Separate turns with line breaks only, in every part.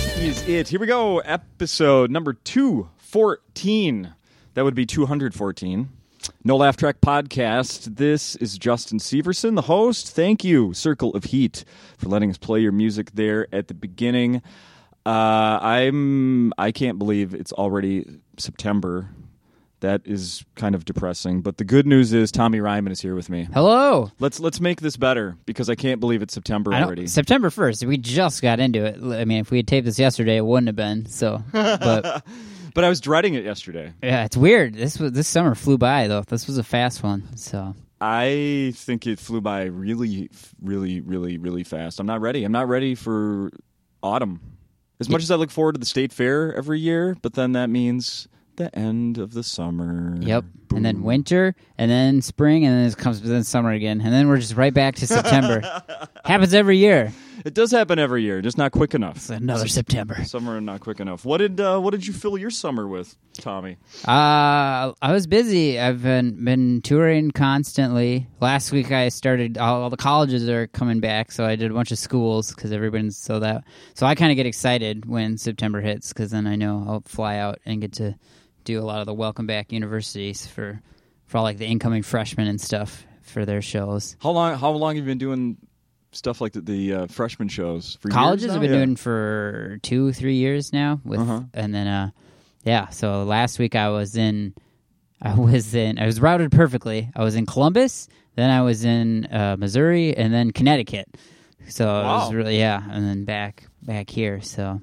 right, here we go. Episode number 214. That would be 214. No Laugh Track Podcast. This is Justin Severson, the host. Thank you, Circle of Heat, for letting us play your music there at the beginning. Uh, I'm I can't believe it's already September. That is kind of depressing, but the good news is Tommy Ryman is here with me.
Hello.
Let's let's make this better because I can't believe it's September
I don't-
already.
September 1st. We just got into it. L- I mean, if we had taped this yesterday, it wouldn't have been. So, but
But I was dreading it yesterday.
yeah, it's weird. This was this summer flew by though. This was a fast one. So,
I think it flew by really, f- really, really, really fast. I'm not ready. I'm not ready for autumn. As much as I look forward to the state fair every year, but then that means the end of the summer.
yep.
Boom.
And then winter, and then spring, and then it comes then summer again, and then we're just right back to September. Happens every year.
it does happen every year, just not quick enough.
It's another September.
Summer and not quick enough. What did uh, what did you fill your summer with, Tommy?
Uh, I was busy. I've been been touring constantly. Last week I started. All, all the colleges are coming back, so I did a bunch of schools because everyone's so that. So I kind of get excited when September hits because then I know I'll fly out and get to do a lot of the welcome back universities for for all like the incoming freshmen and stuff for their shows.
How long how long have you been doing stuff like the, the uh, freshman shows? For years
Colleges
now?
have been
Yeah.
doing for two three years now with
Uh-huh.
and then uh yeah so last week i was in i was in i was routed perfectly i was in columbus then i was in uh, missouri and then connecticut so it was
Wow.
really yeah and then back back here so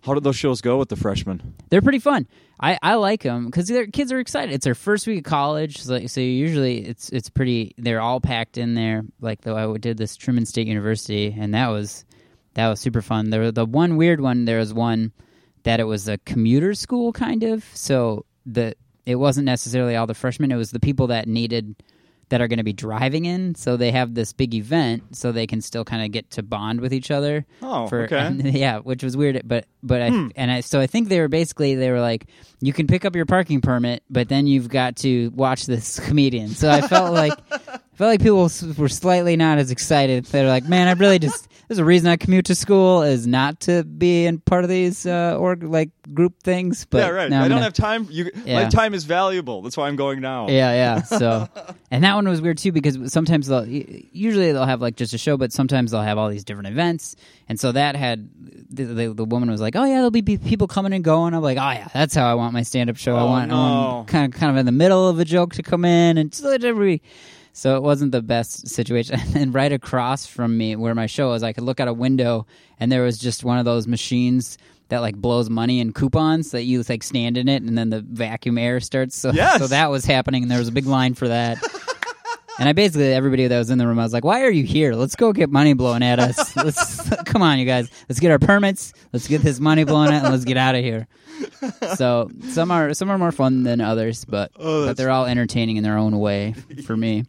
How did those shows go with the freshmen?
they're pretty fun. I, I like them because their kids are excited. It's their first week of college, so, so usually it's it's pretty. They're all packed in there. Like though, I did this Truman State University, and that was that was super fun. There was the one weird one. There was one that it was a commuter school kind of. So the it wasn't necessarily all the freshmen. It was the people that needed that are going to be driving in. So they have this big event, so they can still kind of get to bond with each other.
Oh, okay. Hmm.
yeah, which was weird. But but I and I so I think they were basically they were like you can pick up your parking permit, but then you've got to watch this comedian. So I felt like. I felt like people s- were slightly not as excited. They're like, "Man, I really just there's a reason I commute to school is not to be in part of these uh, or like group things." But
yeah, right.
now
I
I'm
don't
gonna-
have time. You, My
Yeah.
time is valuable. That's why I'm going now.
yeah, yeah. So, and that one was weird too because sometimes they'll u- usually they'll have like just a show, but sometimes they'll have all these different events, and so that had the, the, the woman was like, "Oh yeah, there'll be pe- people coming and going." I'm like, "Oh yeah, that's how I want my stand up show. I
Oh,
want,
no.
kind of kind of in the middle of a joke to come in and so that every." So it wasn't the best situation. And then right across from me, where my show was, I could look out a window, and there was just one of those machines that like blows money and coupons that you like stand in it, and then the vacuum air starts. So
Yes.
so that was happening, and there was a big line for that. and I basically everybody that was in the room, I was like, "Why are you here? Let's go get money blown at us. Let's come on, you guys. Let's get our permits. Let's get this money blown at, and let's get out of here." So some are some are more fun than others, but but they're all entertaining in their own way for me.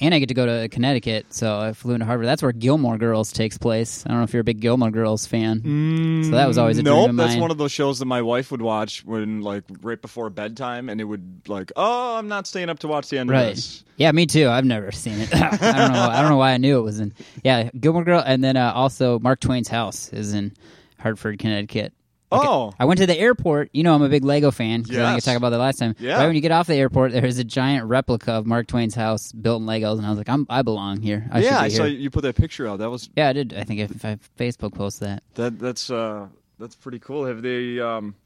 And I get to go to Connecticut, so I flew into Harvard. That's where Gilmore Girls takes place. I don't know if you're a big Gilmore Girls fan,
Mm,
so that was always a
nope,
dream of mine.
that's one of those shows that my wife would watch when, like, right before bedtime, and it would like, oh, I'm not staying up to watch the end of this.
Yeah, me too. I've never seen it. I don't know. I don't know why I knew it was in. Yeah, Gilmore Girl, and then uh, also Mark Twain's house is in Hartford, Connecticut. Like,
Oh,
I went to the airport. You know, I'm a big Lego fan. 'cause I think I
Yes.
talked about that last time.
Yeah.
Right when you get off the airport, there is a giant replica of Mark Twain's house built in Legos, and I was like, I'm, I belong here. I
yeah,
should be
I saw
here.
you put that picture out. That was
Yeah, I did. I think if I Facebook post that.
that. That's uh, that's pretty cool. Have they um.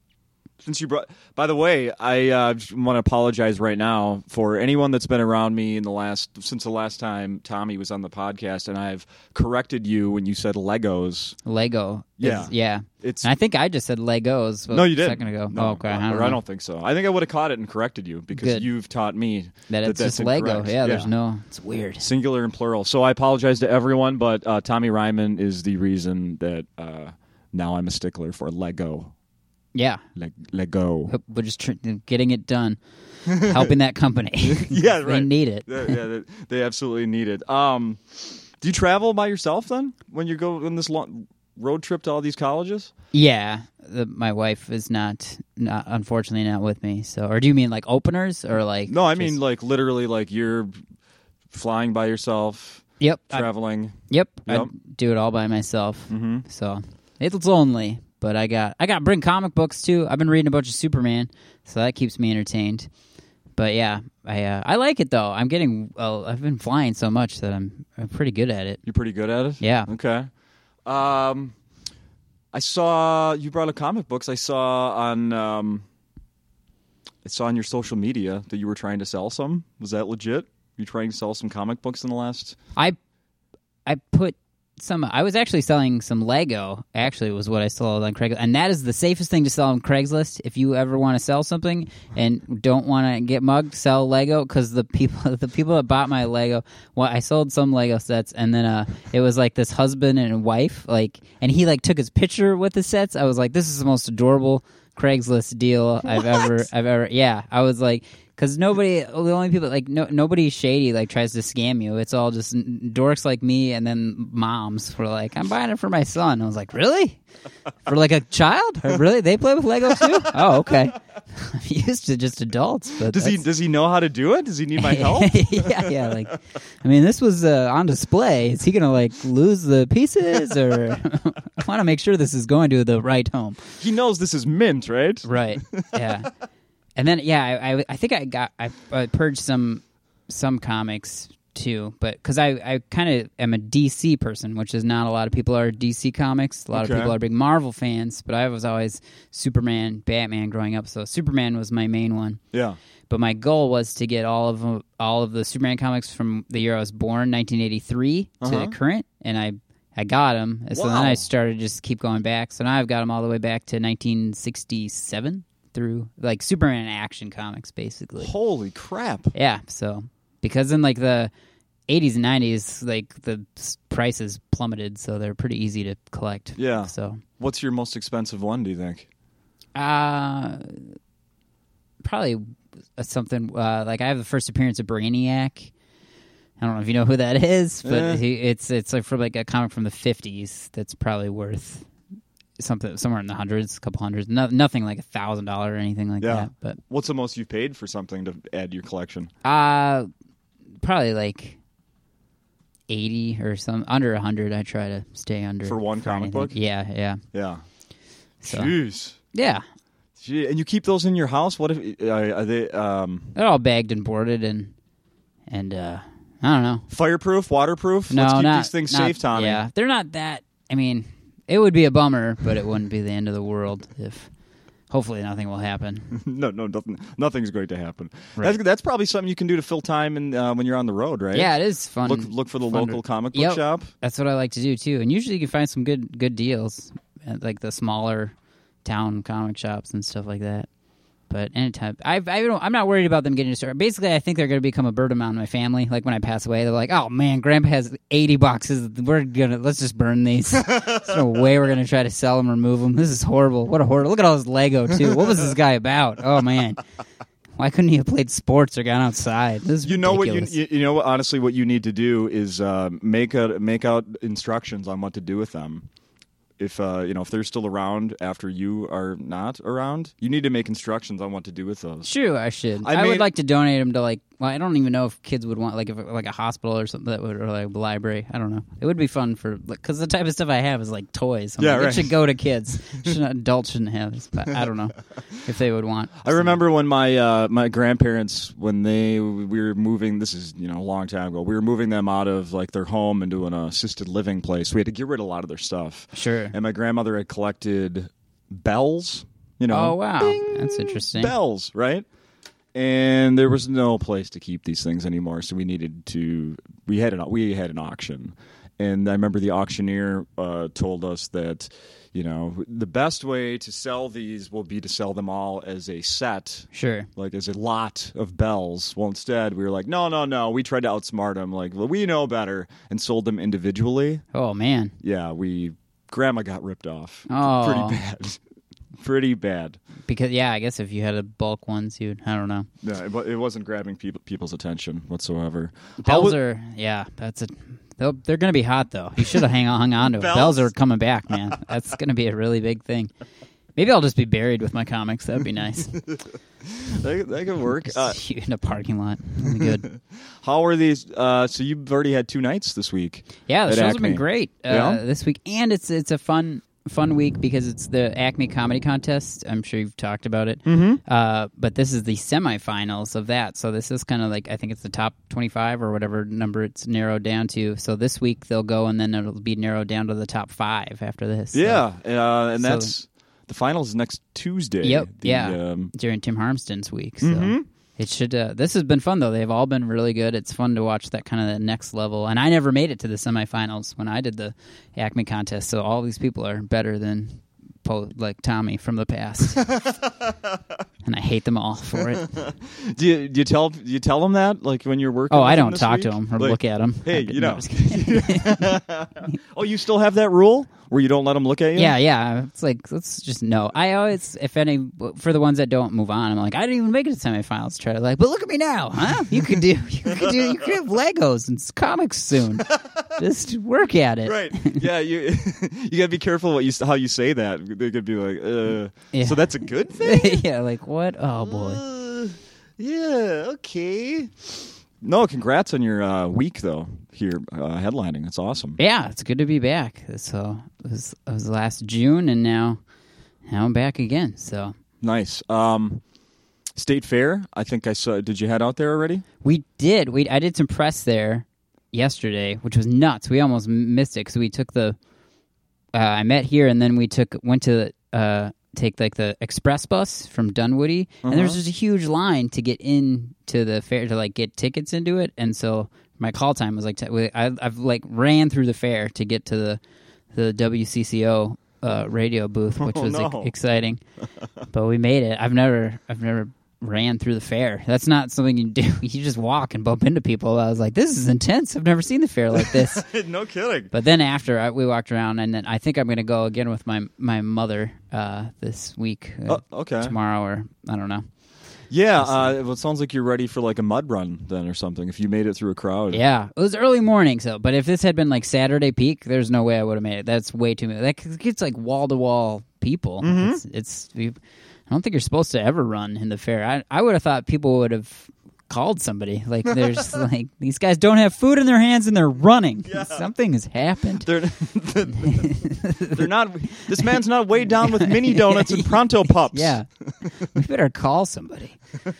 Since you brought, by the way, I uh, want to apologize right now for anyone that's been around me in the last since the last time Tommy was on the podcast, and I've corrected you when you said Legos.
Lego. is-
Yeah.
yeah.
It's
And I think I just said Legos.
No, you did.
A second ago.
No,
oh, okay.
no,
I don't
or I
know.
don't think so. I think I would have caught it and corrected you because
Good.
you've taught me
That it's
that's
just Lego.
incorrect.
Yeah, there's no. It's weird.
singular and plural. So I apologize to everyone, but uh, Tommy Ryman is the reason that uh, now I'm a stickler for Lego.
Yeah.
Le- Lego.
But we're just tr- getting it done, helping that company.
Yeah,
They
right.
need it.
yeah, yeah, they- they absolutely need it. Um, do you travel by yourself then when you go on this long road trip to all these colleges?
Yeah, the, my wife is not, not, unfortunately, not with me. So, or do you mean like openers or like?
No, I
just-
mean like literally like you're flying by yourself,
yep, I-
traveling.
yep.
Yep. Mm-hmm.
I do it all by myself. So It's lonely, but I got I got bring comic books too. I've been reading a bunch of Superman, so that keeps me entertained. But yeah, I uh, I like it though. I'm getting well, I've been flying so much that I'm I'm pretty good at it.
You're pretty good at it.
Yeah.
Okay. Um, I saw you brought up comic books. I saw on um, I saw on your social media that you were trying to sell some. Was that legit? You trying to sell some comic books in the last?
I I put some. I was actually selling some Lego. Actually, was what I sold on Craigslist, and that is the safest thing to sell on Craigslist. If you ever want to sell something and don't want to get mugged, sell Lego because the people the people that bought my Lego. Well, I sold some Lego sets, and then uh, it was like this husband and wife, like, and he like took his picture with the sets. I was like, this is the most adorable Craigslist deal I've ever I've ever. Yeah, I was like. Cause nobody, the only people like no, nobody shady like tries to scam you. It's all just n- dorks like me, and then moms were like, "I'm buying it for my son." I was like, "Really? For like a child? Really? They play with Lego too? Oh, okay." I'm used to just adults, but
Does he
that's-
does he know how to do it? Does he need my help?
yeah, yeah. Like, I mean, this was uh, on display. Is he gonna like lose the pieces, or I want to make sure this is going to the right home?
he knows this is mint, right?
Right. Yeah. and then yeah, I, I I think I got I, I purged some some comics too, but because I I kind of am a DC person, which is not a lot of people are DC comics. A lot
Okay.
of people are big Marvel fans, but I was always Superman, Batman growing up. So Superman was my main one.
Yeah.
But my goal was to get all of 'em- all of the Superman comics from the year I was born, 1983,
Uh-huh.
to current, and I I got them. So then
Wow.
I started just keep going back. So now I've got them all the way back to 1967 through like Superman action comics, basically.
Holy crap!
Yeah. So because in like the 80s and 90s, like the s- prices plummeted, so they're pretty easy to collect.
Yeah.
So
What's your most expensive one? Do you think?
uh, probably something uh, like I have the first appearance of Brainiac. I don't know if you know who that is, but
Eh.
he, it's it's like from like a comic from the fifties that's probably worth something somewhere in the hundreds, a couple hundreds, no, nothing like a thousand dollar or anything like
Yeah.
that.
What's the most you've paid for something to add to your collection?
But uh, probably like eighty or some under a hundred. I try to stay under
For one comic
anything.
book?
Yeah, yeah.
Yeah.
So
Jeez.
yeah,
Gee, and you keep those in your house? What if uh, are they um,
they're all bagged and boarded and and uh, I don't know.
fireproof, waterproof? Let's keep
not-
these things
not-
safe, Tommy.
Yeah, they're not that. I mean, it would be a bummer, but it wouldn't be the end of the world if. Hopefully, nothing will happen.
no, no, nothing, nothing's going to happen.
Right.
That's that's probably something you can do to fill time and uh, when you're on the road, right?
yeah, it is fun.
Look look for the
fun to-
local comic book
Yep.
shop.
That's what I like to do too, and usually you can find some good good deals at like the smaller town comic shops and stuff like that. But anytime I, I don't, I'm not worried about them getting destroyed. Basically, I think they're going to become a burden on my family. Like when I pass away, they're like, "Oh man, Grandpa has 80 boxes. We're gonna let's just burn these. There's no way we're gonna try to sell them or move them. This is horrible. What a horror! Look at all this Lego too. What was this guy about? Oh man, why couldn't he have played sports or gone outside? This is
You know
ridiculous.
what you, you you know what, honestly what you need to do is uh, make a make out instructions on what to do with them. If uh, you know if they're still around after you are not around, you need to make instructions on what to do with those.
True, I should.
I
I, would
made-
like to donate them to like. Well, I don't even know if kids would want like if like a hospital or something that would or like a library. I don't know. It would be fun for because the type of stuff I have is like toys. I'm
Yeah,
like,
right.
It should go to kids. should not, adults shouldn't have. this, But I don't know if they would want.
I remember when my uh, my grandparents when they we were moving. This is you know a long time ago. We were moving them out of like their home into an assisted living place. We had to get rid of a lot of their stuff.
Sure.
And my grandmother had collected bells. You know.
Oh wow,
Bing,
that's interesting.
Bells, right? And there was no place to keep these things anymore, so we needed to. We had an we had an auction, and I remember the auctioneer uh, told us that you know the best way to sell these will be to sell them all as a set
Sure.
like there's a lot of bells. Well, instead we were like, no, no, no. We tried to outsmart them. Like well, we know better, and sold them individually.
Oh man.
Yeah, we grandma got ripped off.
Oh.
pretty bad. pretty bad.
Because yeah, I guess if you had a bulk ones, you'd I don't know.
No, it, wa- it wasn't grabbing people, people's attention whatsoever. How
Bells
was-
are yeah. That's a. They'll, they're going to be hot though. You should have hang on, hung on to 'em. Bells.
Bells?
are coming back, man. That's going to be a really big thing. Maybe I'll just be buried with my comics. That'd be nice.
that, that could work. Uh,
Just in a parking lot. That'd be good.
how are these? Uh, so you've already had two nights this week.
Yeah, the
at
shows have
Acme.
been great uh,
Yeah?
this week, and it's it's a fun fun week because it's the Acme Comedy Contest. I'm sure you've talked about it. Mm-hmm. Uh, but this is the semifinals of that. So this is kind of like I think it's the top 25 or whatever number it's narrowed down to. So this week they'll go and then it'll be narrowed down to the top five after this. So-
Yeah, uh, and
so-
that's the finals next Tuesday.
Yep.
The,
yeah.
um,
During Tim Harmston's week. So
Mm-hmm.
it should. Uh, this has been fun though. They've all been really good. It's fun to watch that kind of the next level. And I never made it to the semifinals when I did the Acme contest. So all these people are better than. po- Like Tommy from the past, and I hate them all for it.
do you do you tell do you tell them that like when you're working?
Oh,
with
I
them
don't
this
talk
week?
to them or
Like,
look at them.
Hey, you know.
yeah,
Oh, you still have that rule where you don't let them look at you?
yeah. It's like let's just know. I always, if any, for the ones that don't move on, I'm like, I didn't even make it to semifinals. Try to like, but look at me now, huh? You could do, you could do, you could have Legos and s- comics soon. just work at it.
Right. Yeah. You you gotta be careful what you s- how you say that. They could be like, uh,
Yeah.
so that's a good thing.
yeah. Like what? Oh boy.
Uh, yeah. Okay. No, congrats on your uh, week though. Here, uh, headlining. That's awesome.
Yeah, it's good to be back. So it was, it was last June, and now now I'm back again. So
Nice. Um, State Fair. I think I saw. Did you head out there already?
We did. We I did some press there yesterday, which was nuts. We almost m- missed it because we took the. Uh, I met here, and then we took went to uh, take like the express bus from Dunwoody, and there was
Uh-huh.
just a huge line to get in to the fair to like get tickets into it, and so my call time was like t- we- I, I've like ran through the fair to get to the the WCCO. Uh, radio booth, which
Oh,
was like,
no.
exciting, but we made it. I've never, I've never ran through the fair. That's not something you do. You just walk and bump into people. I was like, this is intense. I've never seen the fair like this.
no kidding.
but then after I, we walked around, and then I think I'm going to go again with my my mother uh, this week, uh,
Oh, okay.
tomorrow, or I don't know.
Yeah. Uh, well, it sounds like you're ready for like a mud run then or something. If you made it through a crowd.
Yeah, it was early morning, so. But if this had been like Saturday peak, there's no way I would have made it. That's way too many. That gets like wall to wall people. It's, it's you, I don't think you're supposed to ever run in the fair. I I would have thought people would have called somebody. Like there's like these guys don't have food in their hands and they're running. Something has happened.
They're they're not. This man's not weighed down with mini donuts and pronto pups.
Yeah, we better call somebody.
Do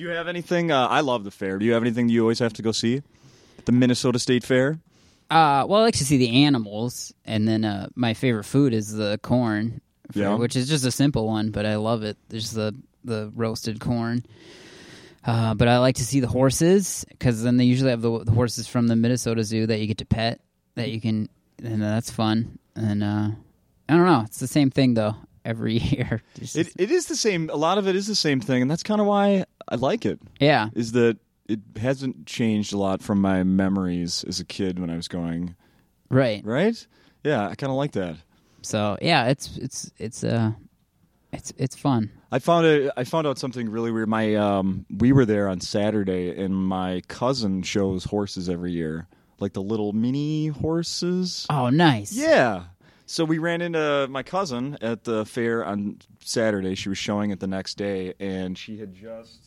you have anything? Uh, I love the fair. Do you have anything you always have to go see? The Minnesota State Fair.
Uh, well, I like to see the animals, and then uh, my favorite food is the corn,
Yeah.
which is just a simple one, but I love it. There's the the roasted corn. Uh, but I like to see the horses because then they usually have the, the horses from the Minnesota Zoo that you get to pet, that you can, and that's fun. And uh, I don't know, it's the same thing though every year. It's
It
just-
it is the same. A lot of it is the same thing, and that's kind of why I like it.
yeah,
Is that it hasn't changed a lot from my memories as a kid when I was going.
right.
Right? Yeah, I kind of like that.
So yeah, it's it's it's uh, it's it's fun.
I found a, I found out something really weird. My um, we were there on Saturday, and my cousin shows horses every year, like the little mini horses.
Oh, nice.
Yeah. So we ran into my cousin at the fair on Saturday. She was showing it the next day, and she had just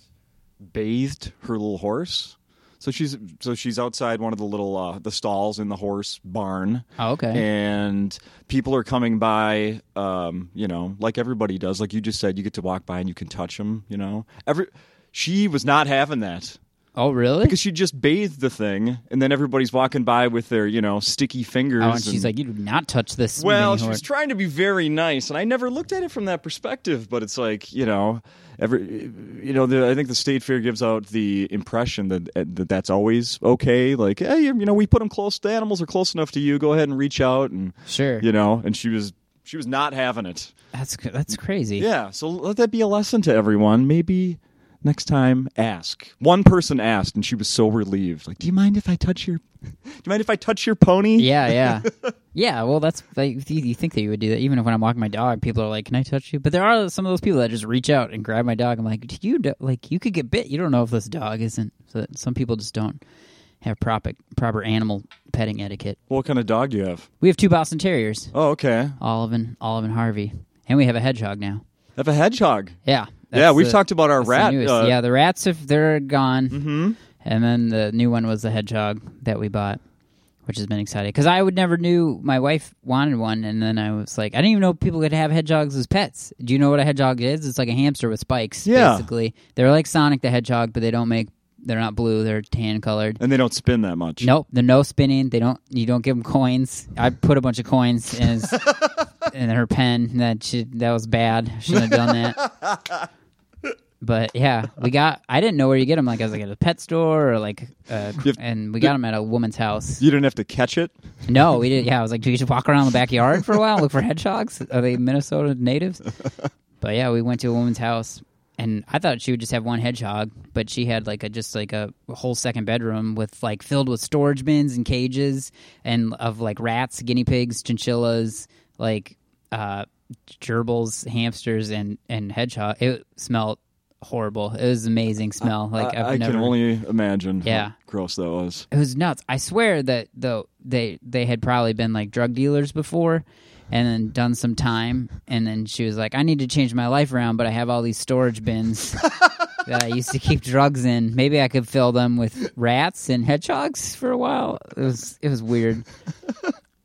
bathed her little horse. So she's so she's outside one of the little uh, the stalls in the horse barn.
Oh, okay.
And people are coming by, um, you know, like everybody does. Like you just said, you get to walk by and you can touch them. You know, every she was not having that
Oh, really?
because she just bathed the thing, and then everybody's walking by with their, you know, sticky fingers.
Oh, and she's like, you do not touch this.
Well,
mini
she
horse."
was trying to be very nice, and I never looked at it from that perspective. But it's like you know, every you know, the, I think the state fair gives out the impression that eh, that that's always okay. Like, hey, you you know, we put them close. The animals are close enough to you. Go ahead and reach out, and
sure.
you know. And she was she was not having it.
That's c- that's crazy.
Yeah. So let that be a lesson to everyone. Maybe next time, ask. One person asked, and she was so relieved. Like, do you mind if I touch your? Do you mind if I touch your pony?
yeah, yeah. Yeah, Well, that's like, you, you think that you would do that. Even if when I'm walking my dog, people are like, "Can I touch you?" But there are some of those people that just reach out and grab my dog. I'm like, "Do you do, like you could get bit? You don't know if this dog isn't." So that some people just don't have proper proper animal petting etiquette.
What kind of dog do you have?
We have two Boston Terriers,
Oh, okay.
Olive and Olive and Harvey, and we have a hedgehog now.
I have a hedgehog. yeah,
Yeah. that's
we've
the-
talked about our
that's the
rat.
newest.
uh,
yeah, the rats if they're gone. Mm-hmm. And then the new one was the hedgehog that we bought, which has been exciting because I would never knew my wife wanted one, and then I was like, I didn't even know people could have hedgehogs as pets. Do you know what a hedgehog is? It's like a hamster with spikes.
Yeah.
basically, they're like Sonic the Hedgehog, but they don't make. They're not blue. They're tan colored.
And they don't spin that much.
Nope, they're no spinning. They don't. You don't give them coins. I put a bunch of coins in his, in her pen. and That she, that was bad. Shouldn't have done that. But yeah, we got. I didn't know where you get them. Like I was like at a pet store or like, uh,
You've-
and we got them at a woman's house.
You didn't have to catch it.
No, we didn't. Yeah, I was like, do you just walk around the backyard for a while and look for hedgehogs? Are they Minnesota natives? But yeah, we went to a woman's house, and I thought she would just have one hedgehog, but she had like a just like a whole second bedroom with like filled with storage bins and cages and of like rats, guinea pigs, chinchillas, like uh, gerbils, hamsters, and and hedgehog. It smelled horrible. It was an amazing smell. Like I, have
I, I
never...
can only imagine
Yeah.
how gross that was.
It was nuts. I swear that though they they had probably been like drug dealers before and then done some time and then she was like, I need to change my life around, but I have all these storage bins that I used to keep drugs in. Maybe I could fill them with rats and hedgehogs for a while. It was it was weird.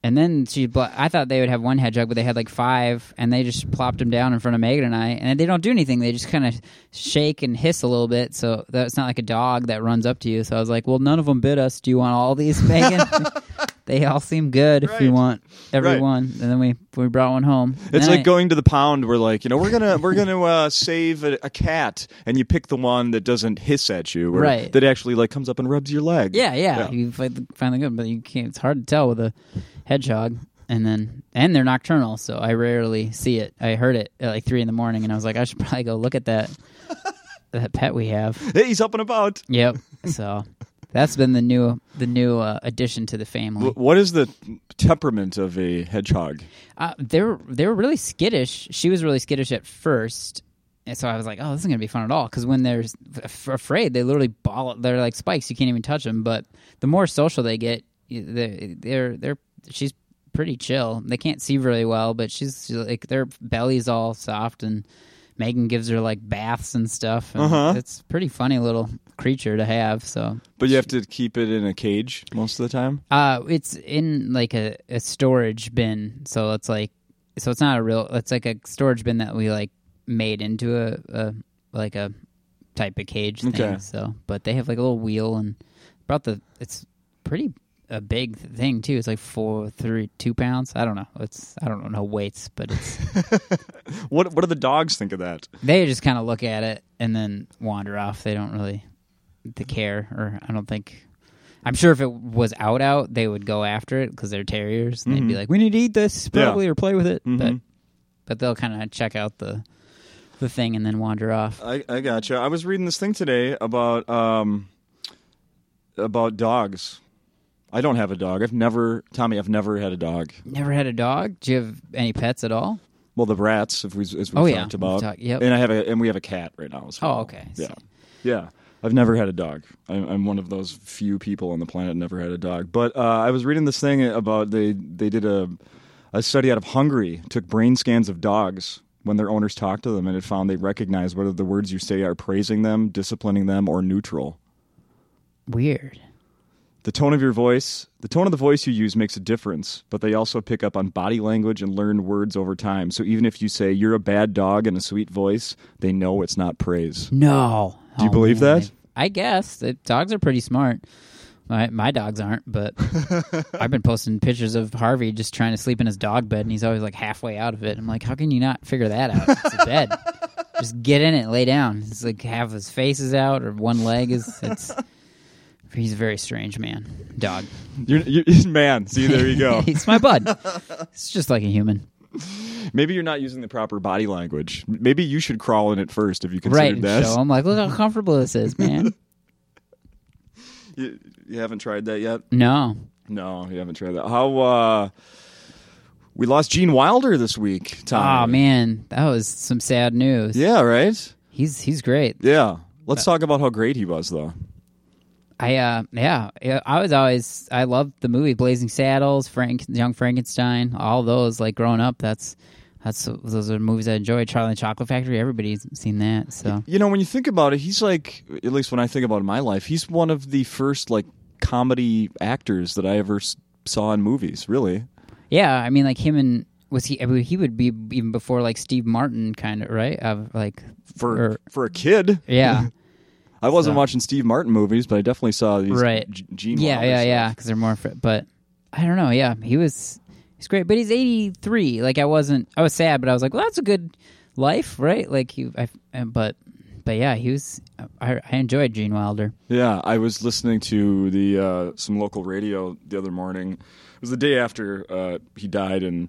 And then she, bl- I thought they would have one hedgehog, but they had like five, and they just plopped them down in front of Megan and I, and they don't do anything. They just kind of shake and hiss a little bit, so that it's not like a dog that runs up to you. So I was like, well, none of them bit us. Do you want all these, Megan? they all seem good if you
Right.
want every
Right.
one. And then we we brought one home.
It's
Then
like
I-
going to the pound. We're like, you know, we're gonna we're gonna uh, save a, a cat, and you pick the one that doesn't hiss at you, or
Right.
That actually like comes up and rubs your leg.
Yeah, yeah.
Yeah.
You find- finally good, but you can't. It's hard to tell with a hedgehog. And then, and they're nocturnal, so I rarely see it. I heard it at like three in the morning, and I was like, I should probably go look at that that pet we have.
Hey, he's up and about.
Yep. So that's been the new the new uh, addition to the family.
Wh- What is the temperament of a hedgehog?
Uh, they were they were really skittish. She was really skittish at first, and so I was like, "Oh, this isn't gonna be fun at all." Because when they're f- afraid, they literally ball. They're like spikes; you can't even touch them. But the more social they get, you- they're they're, they're she's pretty chill. They can't see really well, but she's she's like their belly's all soft, and Megan gives her like baths and stuff. And
Uh-huh.
It's a pretty funny little creature to have. So
But you have to keep it in a cage most of the time.
uh, it's in like a, a storage bin, so it's like, so it's not a real. It's like a storage bin that we like made into a, a like a type of cage thing.
Okay.
So, but they have like a little wheel and brought the. It's pretty a big thing too. It's like four, three, two pounds. I don't know. It's I don't know weights, but it's
What What do the dogs think of that?
they just kind of look at it and then wander off. They don't really they care, or I don't think. I'm sure if it was out out, they would go after it because they're terriers, and they'd be like, "We need to eat this probably or play with it." But but they'll kind of check out the the thing and then wander off.
I, I gotcha. I was reading this thing today about um, about dogs. I don't have a dog. I've never, Tommy. I've never had a dog.
Never had a dog. Do you have any pets at all?
Well, the rats, if we as we
Oh,
talked
yeah. We've
about.
talked- yep.
And I have a, and we have a cat right now. As well.
Oh, okay.
Yeah,
So-
yeah. I've never had a dog. I'm, I'm one of those few people on the planet that never had a dog. But uh, I was reading this thing about they they did a a study out of Hungary took brain scans of dogs when their owners talked to them and it found they recognize whether the words you say are praising them, disciplining them, or neutral.
Weird.
The tone of your voice, the tone of the voice you use makes a difference, but they also pick up on body language and learn words over time. So even if you say you're a bad dog in a sweet voice, they know it's not praise.
No. Do
you believe that?
I guess that dogs are pretty smart. My, my dogs aren't, but I've been posting pictures of Harvey just trying to sleep in his dog bed, and he's always like halfway out of it. I'm like, how can you not figure that out? It's a bed. just get in it, lay down. It's like half his face is out, or one leg is. It's. He's a very strange man, dog.
You're, you man, see there you go.
he's my bud. It's just like a human,
Maybe you're not using the proper body language. Maybe you should crawl in it first if you considered
right? And
that.
show him like, look how comfortable this is, man.
You, you haven't tried that yet?
No,
No, you haven't tried that. How uh we lost Gene Wilder this week, Tom.
oh man, that was some sad news.
Yeah, right?
He's he's great.
Yeah. Let's
Uh,
talk about how great he was though.
I uh yeah, yeah, I was always I loved the movie Blazing Saddles, Frank Young Frankenstein, all those like growing up. That's that's those are movies I enjoyed. Charlie and the Chocolate Factory. Everybody's seen that. So
You know, when you think about it, he's like, at least when I think about it in my life, he's one of the first like comedy actors that I ever s- saw in movies, really.
Yeah, I mean, like him and was he? I mean, he would be even before like Steve Martin, kind of right? Of like,
For
Or-
for a kid,
yeah,
I wasn't
So-
watching Steve Martin movies, but I definitely saw these
Right.
G- Gene. uh,
yeah,
Wilder
yeah,
stuff.
yeah. Because they're more. Fr- but I don't know. Yeah, he was. He's great, but he's eighty three. Like I wasn't. I was sad, but I was like, well, that's a good life, right? Like he. I, and- but but yeah, he was. I, I enjoyed Gene Wilder.
Yeah, I was listening to the uh, some local radio the other morning. It was the day after uh, he died, and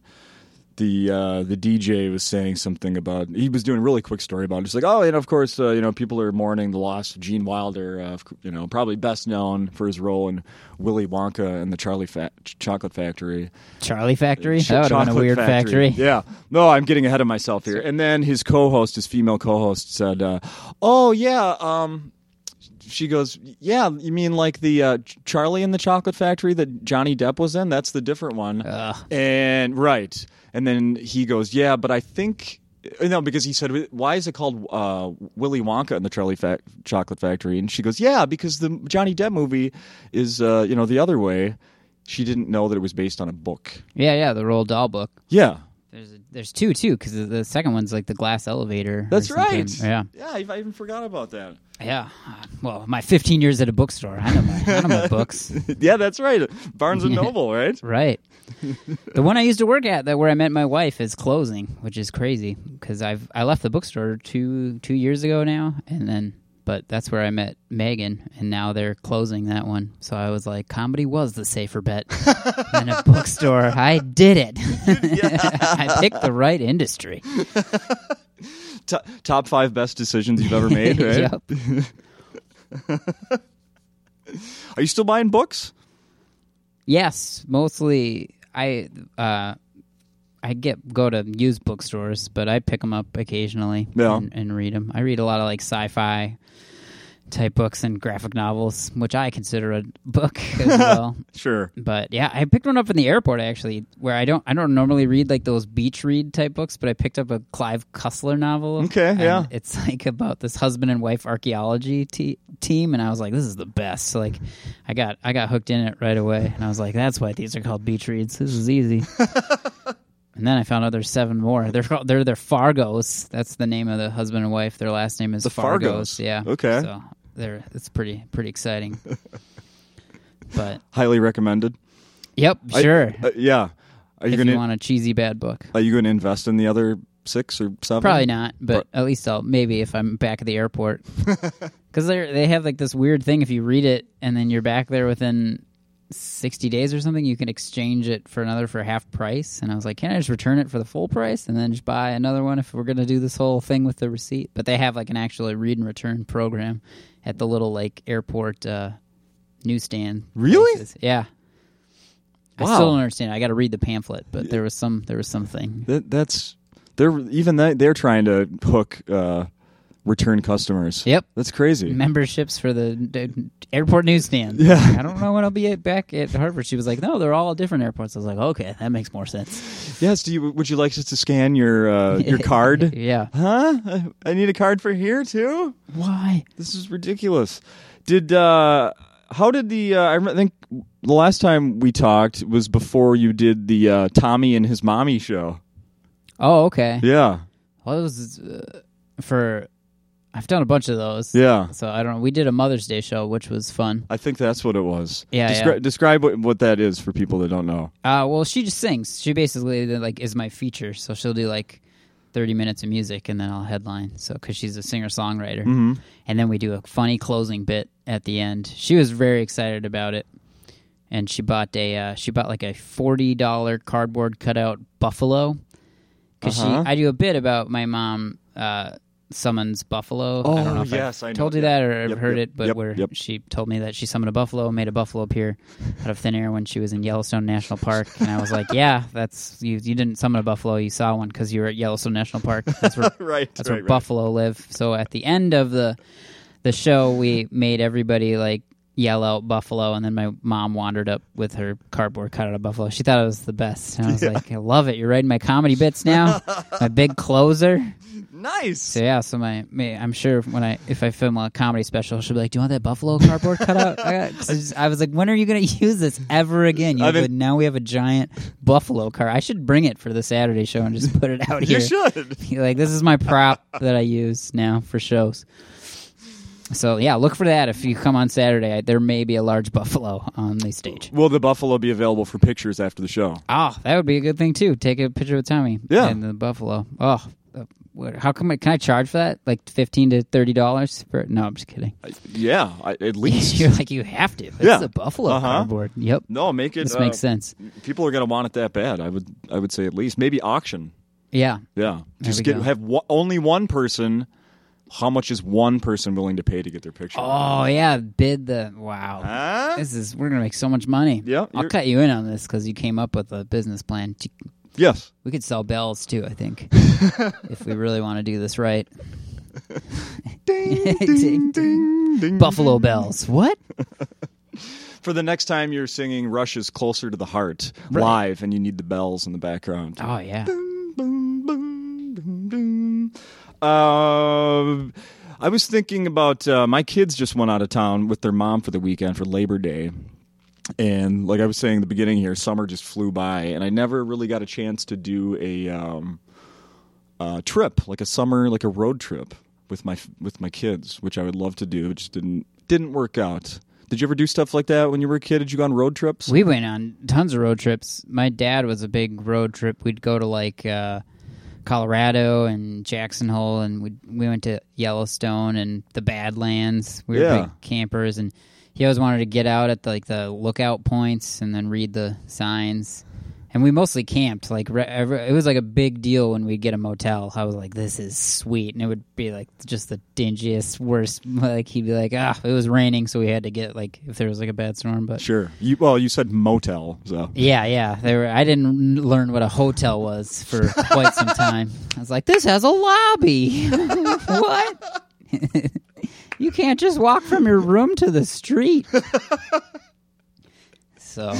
the uh, the DJ was saying something about he was doing a really quick story about it. just like oh, and of course uh, you know people are mourning the loss of Gene Wilder, uh, of cou- you know probably best known for his role in Willy Wonka and the Charlie Fa- Ch- Chocolate Factory.
Charlie Factory.
Cho-
that would have been a
Chocolate
weird factory.
Yeah. No, I'm getting ahead of myself here. And then his co-host, his female co-host, said, uh, "Oh yeah." Um, she goes, "Yeah, you mean like the uh, Ch- Charlie in the Chocolate Factory that Johnny Depp was in? That's the different one."
Ugh.
And right. And then he goes, "Yeah, but I think." uh, No, because he said, "Why is it called uh, Willy Wonka and the Charlie Fa- Chocolate Factory?" And she goes, "Yeah, because the Johnny Depp movie is, uh, you know, the other way." She didn't know that it was based on a book.
Yeah, yeah. The Roald Dahl book.
Yeah,
There's there's two too because the- the second one's like the glass elevator. or
That's
something.
right.
Yeah,
Yeah, I I even forgot about that.
yeah. Well, my 15 years at a bookstore, I know my, I know my books.
yeah, that's right. Barnes and Noble, right?
Right. the one I used to work at, that where I met my wife, is closing, which is crazy because I've I left the bookstore two two years ago now, and then but that's where I met Megan, and now they're closing that one. So I was like, comedy was the safer bet than a bookstore. I did it. I picked the right industry.
T- top five best decisions you've ever made, right?
Yep.
Are you still buying books?
Yes, mostly I uh, I get go to used bookstores, but I pick them up occasionally
Yeah.
and, and read them. I read a lot of like sci-fi type books and graphic novels, which I consider a book as well.
Sure.
But yeah, I picked one up in the airport actually, where I don't I don't normally read like those beach read type books, but I picked up a Clive Cussler novel.
Okay,
and
yeah.
it's like about this husband and wife archaeology te- team, and I was like, this is the best. So, like, I got I got hooked in it right away, and I was like, that's why these are called beach reads. This is easy. And then I found out there's seven more. They're called, they're they're Fargos. That's the name of the husband and wife. Their last name is
The
Fargos.
Fargos.
Yeah.
Okay.
So they're it's pretty pretty exciting. but
Highly recommended.
Yep,
I-
sure.
uh, yeah. Are you
if
gonna
you want a cheesy bad book,
Are you gonna invest in the other six or seven?
probably not, but at least I'll maybe if I'm back at the airport, because they they have like this weird thing. If you read it and then you're back there within sixty days or something, you can exchange it for another for half price. And I was like, can I just return it for the full price and then just buy another one if we're gonna do this whole thing with the receipt? But they have like an actual read and return program at the little like airport uh, newsstand.
Really?
places. Yeah. I
Wow.
still don't understand. I got to read the pamphlet, but there was some there was something.
That, that's they're even that they're trying to hook uh, return customers.
Yep.
That's crazy.
Memberships for the d- airport newsstand. Yeah. I don't know when I'll be at, back at Harvard. She was like, no, they're all different airports. I was like, okay, that makes more sense.
Yes. Do you? Would you like us to scan your uh, your card?
Yeah.
Huh? I- I need a card for here too.
Why?
This is ridiculous. Did uh how did the uh, I rem- think the last time we talked was before you did the uh, Tommy and his mommy show.
Oh, okay.
Yeah.
Well, it was uh, for. I've done a bunch of those.
Yeah.
So I don't know. We did a Mother's Day show, which was fun.
I think that's what it was.
Yeah,
Descri-
yeah.
Describe what, what that is for people that don't know.
Uh, well, she just sings. She basically like is my feature, so she'll do like thirty minutes of music, and then I'll headline. So because she's a singer songwriter,
Mm-hmm.
mm and then we do a funny closing bit at the end. She was very excited about it, and she bought a uh, she bought like a forty dollar cardboard cutout buffalo because
Uh-huh.
she I do a bit about my mom. Uh, Summons buffalo. I
Oh,
don't know if
yes, I know.
told you
Yep.
that or I've
Yep,
heard
yep,
it, but
yep,
where
yep.
she told me that she summoned a buffalo, made a buffalo appear out of thin air when she was in Yellowstone National Park, and I was like, "Yeah, that's you. You didn't summon a buffalo; you saw one because you were at Yellowstone National Park. That's where
Right.
that's where buffalo live." So at the end of the the show, we made everybody like yell out buffalo and then my mom wandered up with her cardboard cutout of buffalo she thought it was the best and i was like i love it you're writing my comedy bits now my big closer
Nice.
so yeah so my, my i'm sure when i if i film a comedy special she'll be like do you want that buffalo cardboard cutout i got 'cause I, just- I was like when are you going to use this ever again you
I've been-
would- now we have a giant buffalo car i should bring it for the saturday show and just put it out here
You should.
You're like this is my prop that I use now for shows. So yeah, look for that if you come on Saturday. I- There may be a large buffalo on the stage.
Will the buffalo be available for pictures after the show?
Oh, that would be a good thing too. Take a picture with Tommy.
Yeah.
and the buffalo. Oh, uh, what- how come? I, can I charge for that? Like fifteen to thirty dollars? For, no, I'm just kidding.
Yeah, I, at least.
You're like you have to. It's
Yeah.
a buffalo
Uh-huh.
cardboard. Yep,
No, make it.
this
uh,
makes sense.
People are going to want it that bad. I would. I would say at least maybe auction.
Yeah,
Yeah, just
we
get
go.
have one, only one person. How much is one person willing to pay to get their picture?
Oh yeah, bid the wow.
Huh?
This is we're gonna make so much money.
Yeah,
I'll
you're-
cut you in on this because you came up with a business plan. T-
yes.
We could sell bells too, I think, if we really want to do this right.
Ding,
Ding,
ding, ding, ding.
Buffalo bells. What?
For the next time you're singing "Rush is Closer to the Heart" live, and you need the bells in the background.
Oh yeah.
Boom, boom, boom, boom. Uh, I was thinking about uh, my kids just went out of town with their mom for the weekend for Labor Day. And like I was saying at the beginning here, summer just flew by, and I never really got a chance to do a um, uh, trip, like a summer, like a road trip with my with my kids, which I would love to do. It just didn't didn't work out. Did you ever do stuff like that when you were a kid? Did you go on road trips?
We went on tons of road trips. My dad was a big road trip. We'd go to like uh, Colorado and Jackson Hole, and we we went to Yellowstone and the Badlands. We were
Yeah.
big campers, and he always wanted to get out at the, like the lookout points and then read the signs. And we mostly camped. Like re- every, it was like a big deal when we'd get a motel. I was like, "This is sweet," and it would be like just the dingiest, worst. Like he'd be like, "Ah, it was raining, so we had to get like if there was like a bad storm." But
sure. You, well, you said motel, so
yeah, yeah. They were. I didn't n- learn what a hotel was for quite some time. I was like, this has a lobby. what? you can't just walk from your room to the street. so,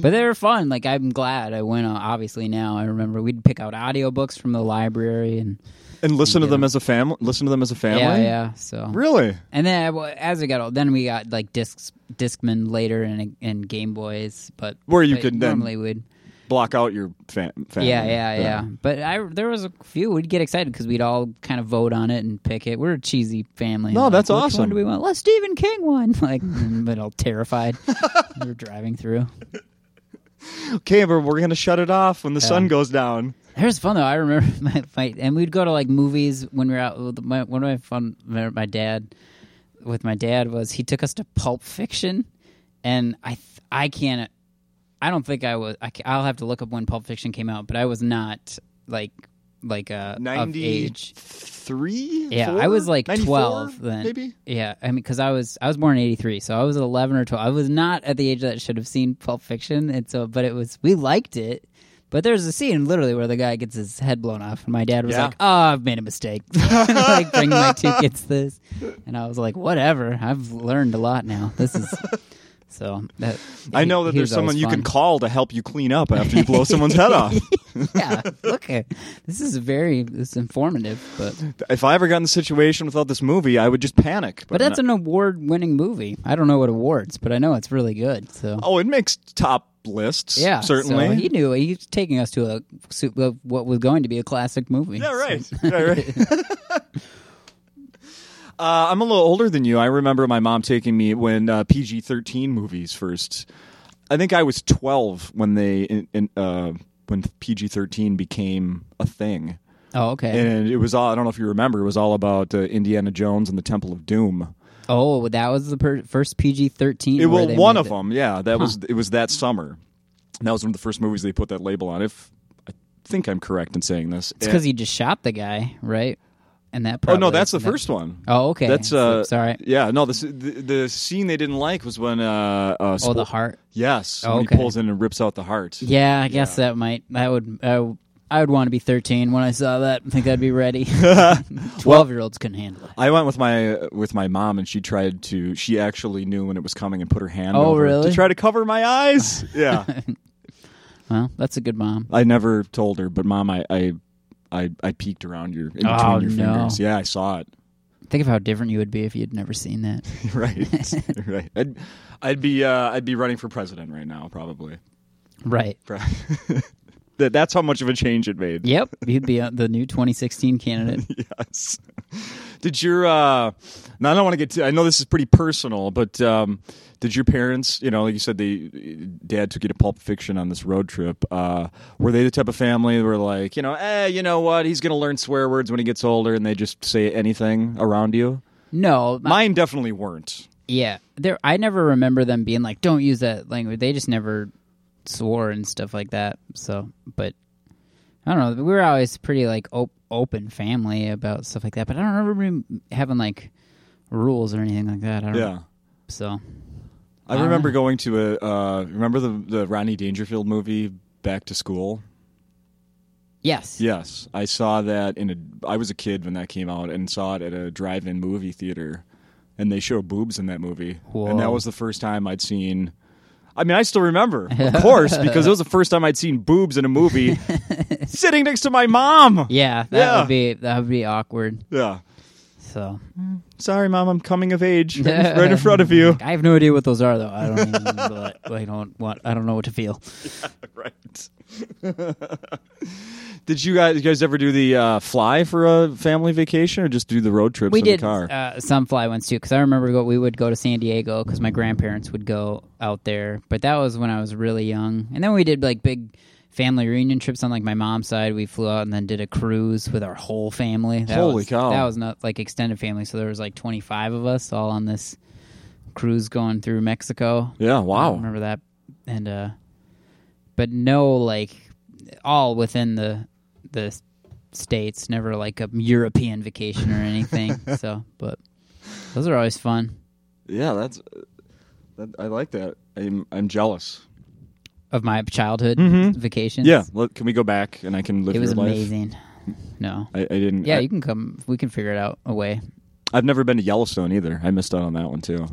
but they were fun. Like I'm glad I went. uh, Obviously now I remember we'd pick out audiobooks from the library and
and listen to
Yeah.
them as a family. Listen to them as a family.
yeah, yeah. So
Really?
And then I- well, as we got old, then we got like discs, Discman later, and and Game Boys. But
Where you
but
could then-
normally would.
Block out your fam- family.
Yeah, yeah, yeah, But I there was a few we'd get excited because we'd all kind of vote on it and pick it. We're a cheesy family.
No,
Like,
that's
Which one
awesome.
do we want? Let's Stephen King one. Like, but all terrified. we are driving through.
Okay, but we're gonna shut it off when the sun goes down.
It was fun though. I remember my fight, and we'd go to like movies when we were out. with My, one of my fun, remember my dad, with my dad was he took us to Pulp Fiction, and I th- I can't, I don't think I was. I, ca- I'll have to look up when Pulp Fiction came out, but I was not like like uh, of age.
Ninety-three.
Yeah, I was like
94,
twelve then.
Maybe.
Yeah, I mean, because I was I was born in '83, so I was eleven or twelve. I was not at the age that I should have seen Pulp Fiction, and so but it was we liked it. But there's a scene literally where the guy gets his head blown off, and my dad was
Yeah.
like, "Oh, I've made a mistake. like bring my two kids this," and I was like, "Whatever. I've learned a lot now. This is so." That,
I know
he-
that
he
there's
was always
someone you can
fun.
call to help you clean up after you blow someone's head off.
yeah, look, at- this is very this is informative, but
If I ever got in a situation without this movie, I would just panic.
but that's
no-
an award-winning movie. I don't know what awards, but I know it's really good. So
oh, it makes top lists.
Yeah,
certainly.
So he knew he was taking us to a su- uh, what was going to be a classic movie.
Yeah, right. Yeah, right. Uh, I'm a little older than you. I remember my mom taking me when uh, PG 13 movies first. I think I was 12 when they in, in, uh, when PG 13 became a thing,
Oh, okay.
and it was all I don't know if you remember. It was all about uh, Indiana Jones and the Temple of Doom.
oh, that was the per- first PG thirteen.
It was one of them. Yeah, that was it. Was that summer? And that was one of the first movies they put that label on. If I think I'm correct in saying this,
It's because he just shot the guy, right? And that.
oh
Probably,
no, that's the first one.
Oh, okay.
That's uh,
sorry.
Yeah, no. The, s- the the scene they didn't like was when uh, uh
Oh, the
Spo-
heart.
Yes,
Oh,
when
okay.
he pulls in and rips out the heart.
Yeah, I guess that might that would. I w- I would want to be 13 when I saw that. I think I'd be ready. 12 year olds couldn't handle it.
I went with my with my mom, and she tried to. She actually knew when it was coming and put her hand
Oh,
over
really?
to try to cover my eyes. Yeah,
Well, that's a good mom.
I never told her, but mom, I I I, I peeked around your in between
Oh,
your
no.
fingers. Yeah, I saw it.
Think of how different you would be if you'd never seen that.
right, right. I'd, I'd be uh, I'd be running for president right now, probably.
Right.
Pro- that that's how much of a change it made.
Yep. You'd be uh, the new 2016 candidate.
Yes. Did your uh now I don't want to get to I know this is pretty personal, but um did your parents, you know, like you said they dad took you to pulp fiction on this road trip, uh were they the type of family that were like, you know, eh, you know what, he's going to learn swear words when he gets older and they just say anything around you?
No. my-
Mine definitely weren't.
yeah. There. I never remember them being like, don't use that language. They just never swore and stuff like that. So, but I don't know. We were always pretty like op- open family about stuff like that. But I don't remember having like rules or anything like that. I don't
Yeah.
So,
I remember going to a uh remember the the Ronnie Dangerfield movie Back to School?
yes.
Yes, I saw that in a. I was a kid when that came out and saw it at a drive-in movie theater, and they show boobs in that movie, and that
Whoa.
was the first time I'd seen. I mean, I still remember, of course, because it was the first time I'd seen boobs in a movie, sitting next to my mom.
Yeah, that
Yeah.
would be that would be awkward.
Yeah.
So
Sorry, mom. I'm coming of age right in- right in front of you.
I have no idea what those are though. I don't even, but I don't want I don't know what to feel.
right. Did you guys, you guys ever do the uh, fly for a family vacation, or just do the road trips
We
in
did
the car?
uh, some fly ones too because I remember go, we would go to San Diego because my grandparents would go out there, but that was when I was really young. And then we did like big family reunion trips on like my mom's side. We flew out and then did a cruise with our whole family. That
Holy
was,
cow.
That was not like extended family, so there was like twenty five of us all on this cruise going through Mexico.
yeah.
I
Wow.
remember that. And uh but no like all within the the states, never like a European vacation or anything. so, but those are always fun.
Yeah, that's. That, I like that. I'm I'm jealous.
Of my childhood vacations.
Mm-hmm. Yeah, look, can we go back and I can live
It was
your life?
amazing. No.
I, I didn't.
Yeah,
I,
you can come we can figure it out a way.
I've never been to Yellowstone either. I missed out on that one too.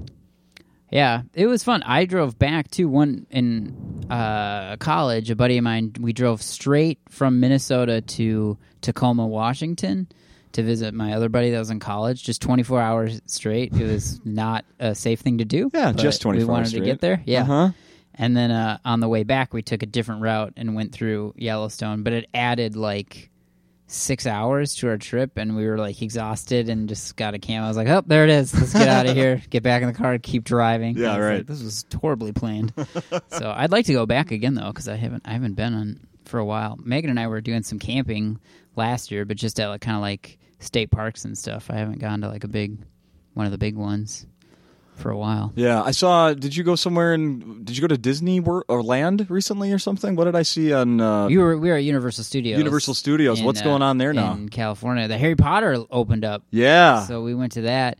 Yeah, it was fun. I drove back to one in uh, college. A buddy of mine, we drove straight from Minnesota to Tacoma, Washington, to visit my other buddy that was in college. Just twenty four hours straight. It was not a safe thing to do.
Yeah,
but
just 24
We wanted
hours
to
straight.
get there. Yeah.
Uh-huh.
And then uh, on the way back, we took a different route and went through Yellowstone, but it added like six hours to our trip, and we were like exhausted and just got a camp. I was like, "Oh, there it is. Let's get out of here. Get back in the car. Keep driving."
Yeah,
I was like,
right.
this was horribly planned. so I'd like to go back again though, because I haven't I haven't been on for a while. Megan and I were doing some camping last year, but just at like kind of like state parks and stuff. I haven't gone to like a big one of the big ones for a while.
Yeah, I saw. Did you go somewhere and did you go to Disney World or Land recently or something? What did I see on? Uh,
You were we were at Universal Studios. uh,
Universal Studios. What's going on there now? Ah.
In California, the Harry Potter opened up,
yeah.
so we went to that.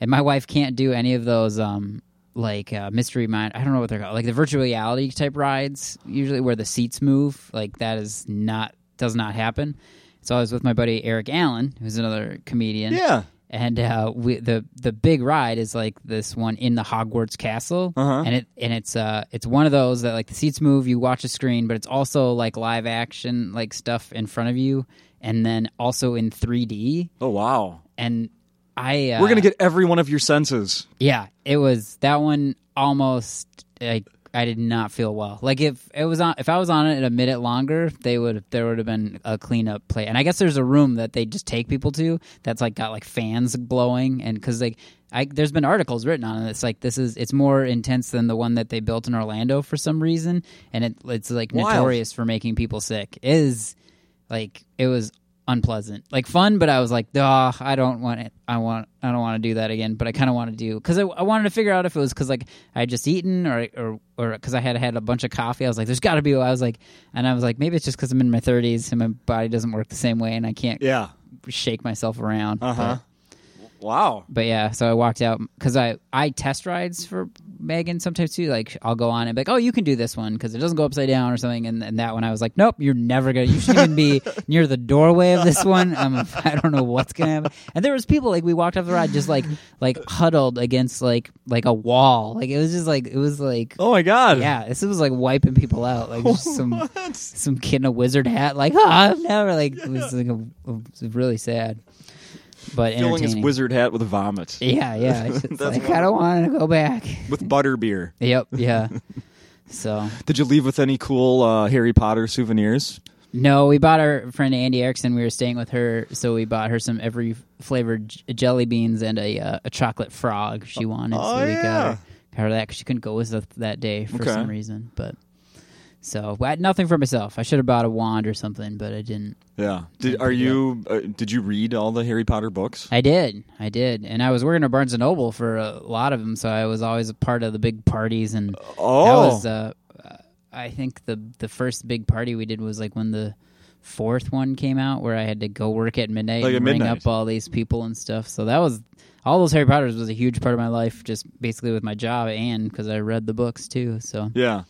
And my wife can't do any of those, um, like uh, mystery mind. I don't know what they're called, like the virtual reality type rides, usually where the seats move. Like that is not does not happen. So I was with my buddy Eric Allen, who's another comedian.
yeah.
And uh, we, the the big ride is like this one in the Hogwarts castle,
Uh-huh.
and it and it's uh it's one of those that like the seats move, you watch a screen, but it's also like live action like stuff in front of you, and then also in 3D.
Oh wow.
And I uh,
We're gonna get every one of your senses.
yeah, it was that one almost like I did not feel well. Like if it was on, if I was on it a minute longer, they would there would have been a cleanup play. And I guess there's a room that they just take people to that's like got like fans blowing and because like I there's been articles written on it. It's like this is it's more intense than the one that they built in Orlando for some reason, and it it's like
Wild.
notorious for making people sick. It Is like it was unpleasant like fun but i was like oh i don't want it i want i don't want to do that again but i kind of want to do because I, I wanted to figure out if it was because like i had just eaten or or or because i had had a bunch of coffee i was like there's got to be i was like and i was like maybe it's just because i'm in my 30s and my body doesn't work the same way and i can't
Yeah.
shake myself around
Uh huh.
But
Wow.
But yeah, so I walked out because I I test rides for Megan sometimes too. Like I'll go on and be like, oh, you can do this one because it doesn't go upside down or something. And, and that one I was like, nope, you're never gonna. You shouldn't even be near the doorway of this one. I'm, I don't know what's gonna happen. And there was people like we walked off the ride just like like huddled against like like a wall. Like it was just like it was like
Oh my god.
yeah, this was like wiping people out. Like just some some kid in a wizard hat. Like oh, I've never like it was like a, it was really sad.
Filling
But
his
entertaining.
wizard hat with vomit.
Yeah, yeah. It's just
That's
like I don't want to go back.
With butterbeer.
Yep, yeah. so
Did you leave with any cool uh, Harry Potter souvenirs?
no, we bought our friend Andy Erickson. We were staying with her, so we bought her some every flavored j- jelly beans and a uh, a chocolate frog she wanted.
Oh,
so we got,
yeah.
her, got her that 'cause she couldn't go with us that day for
Okay.
some reason. But so I had nothing for myself. I should have bought a wand or something, but I didn't.
Yeah. Did are you uh, did you read all the Harry Potter books?
I did, I did, and I was working at Barnes and Noble for a lot of them, so I was always a part of the big parties and.
Oh.
That was, uh, uh, I think the the first big party we did was like when the fourth one came out, where I had to go work at midnight
Like
and
at
ring
midnight.
up all these people and stuff. So that was all those Harry Potters was a huge part of my life, just basically with my job and because I read the books too. So
yeah.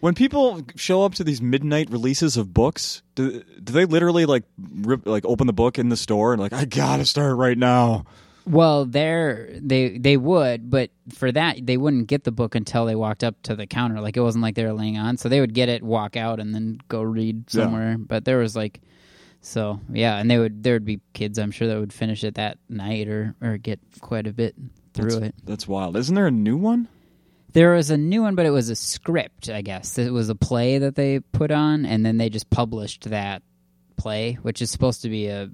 When people show up to these midnight releases of books, do, do they literally like rip, like open the book in the store and like I gotta start right now?
well, there they they would, but for that they wouldn't get the book until they walked up to the counter. Like it wasn't like they were laying on, so they would get it, walk out, and then go read
Yeah.
somewhere. But there was like So yeah, and they would there would be kids I'm sure that would finish it that night or or get quite a bit through it.
That's wild. Isn't there a new one?
There was a new one, but it was a script, I guess. It was a play that they put on, and then they just published that play, which is supposed to be a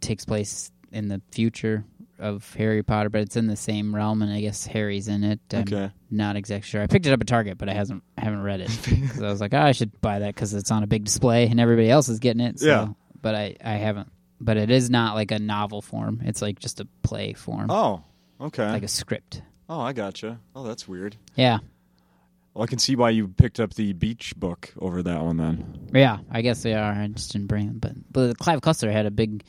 takes place in the future of Harry Potter, but it's in the same realm, and I guess Harry's in it. I'm
Okay.
Not exactly sure. I picked it up at Target, but I hasn't I haven't read it 'Cause I was like, oh, I should buy that because it's on a big display and everybody else is getting it. So.
Yeah.
But I I haven't. But it is not like a novel form. It's like just a play form,
Oh, okay.
like a script.
oh, I gotcha. Oh, that's weird.
Yeah.
Well, I can see why you picked up the beach book over that one then.
Yeah, I guess they are. I just didn't bring them, but but Clive Cussler had a big,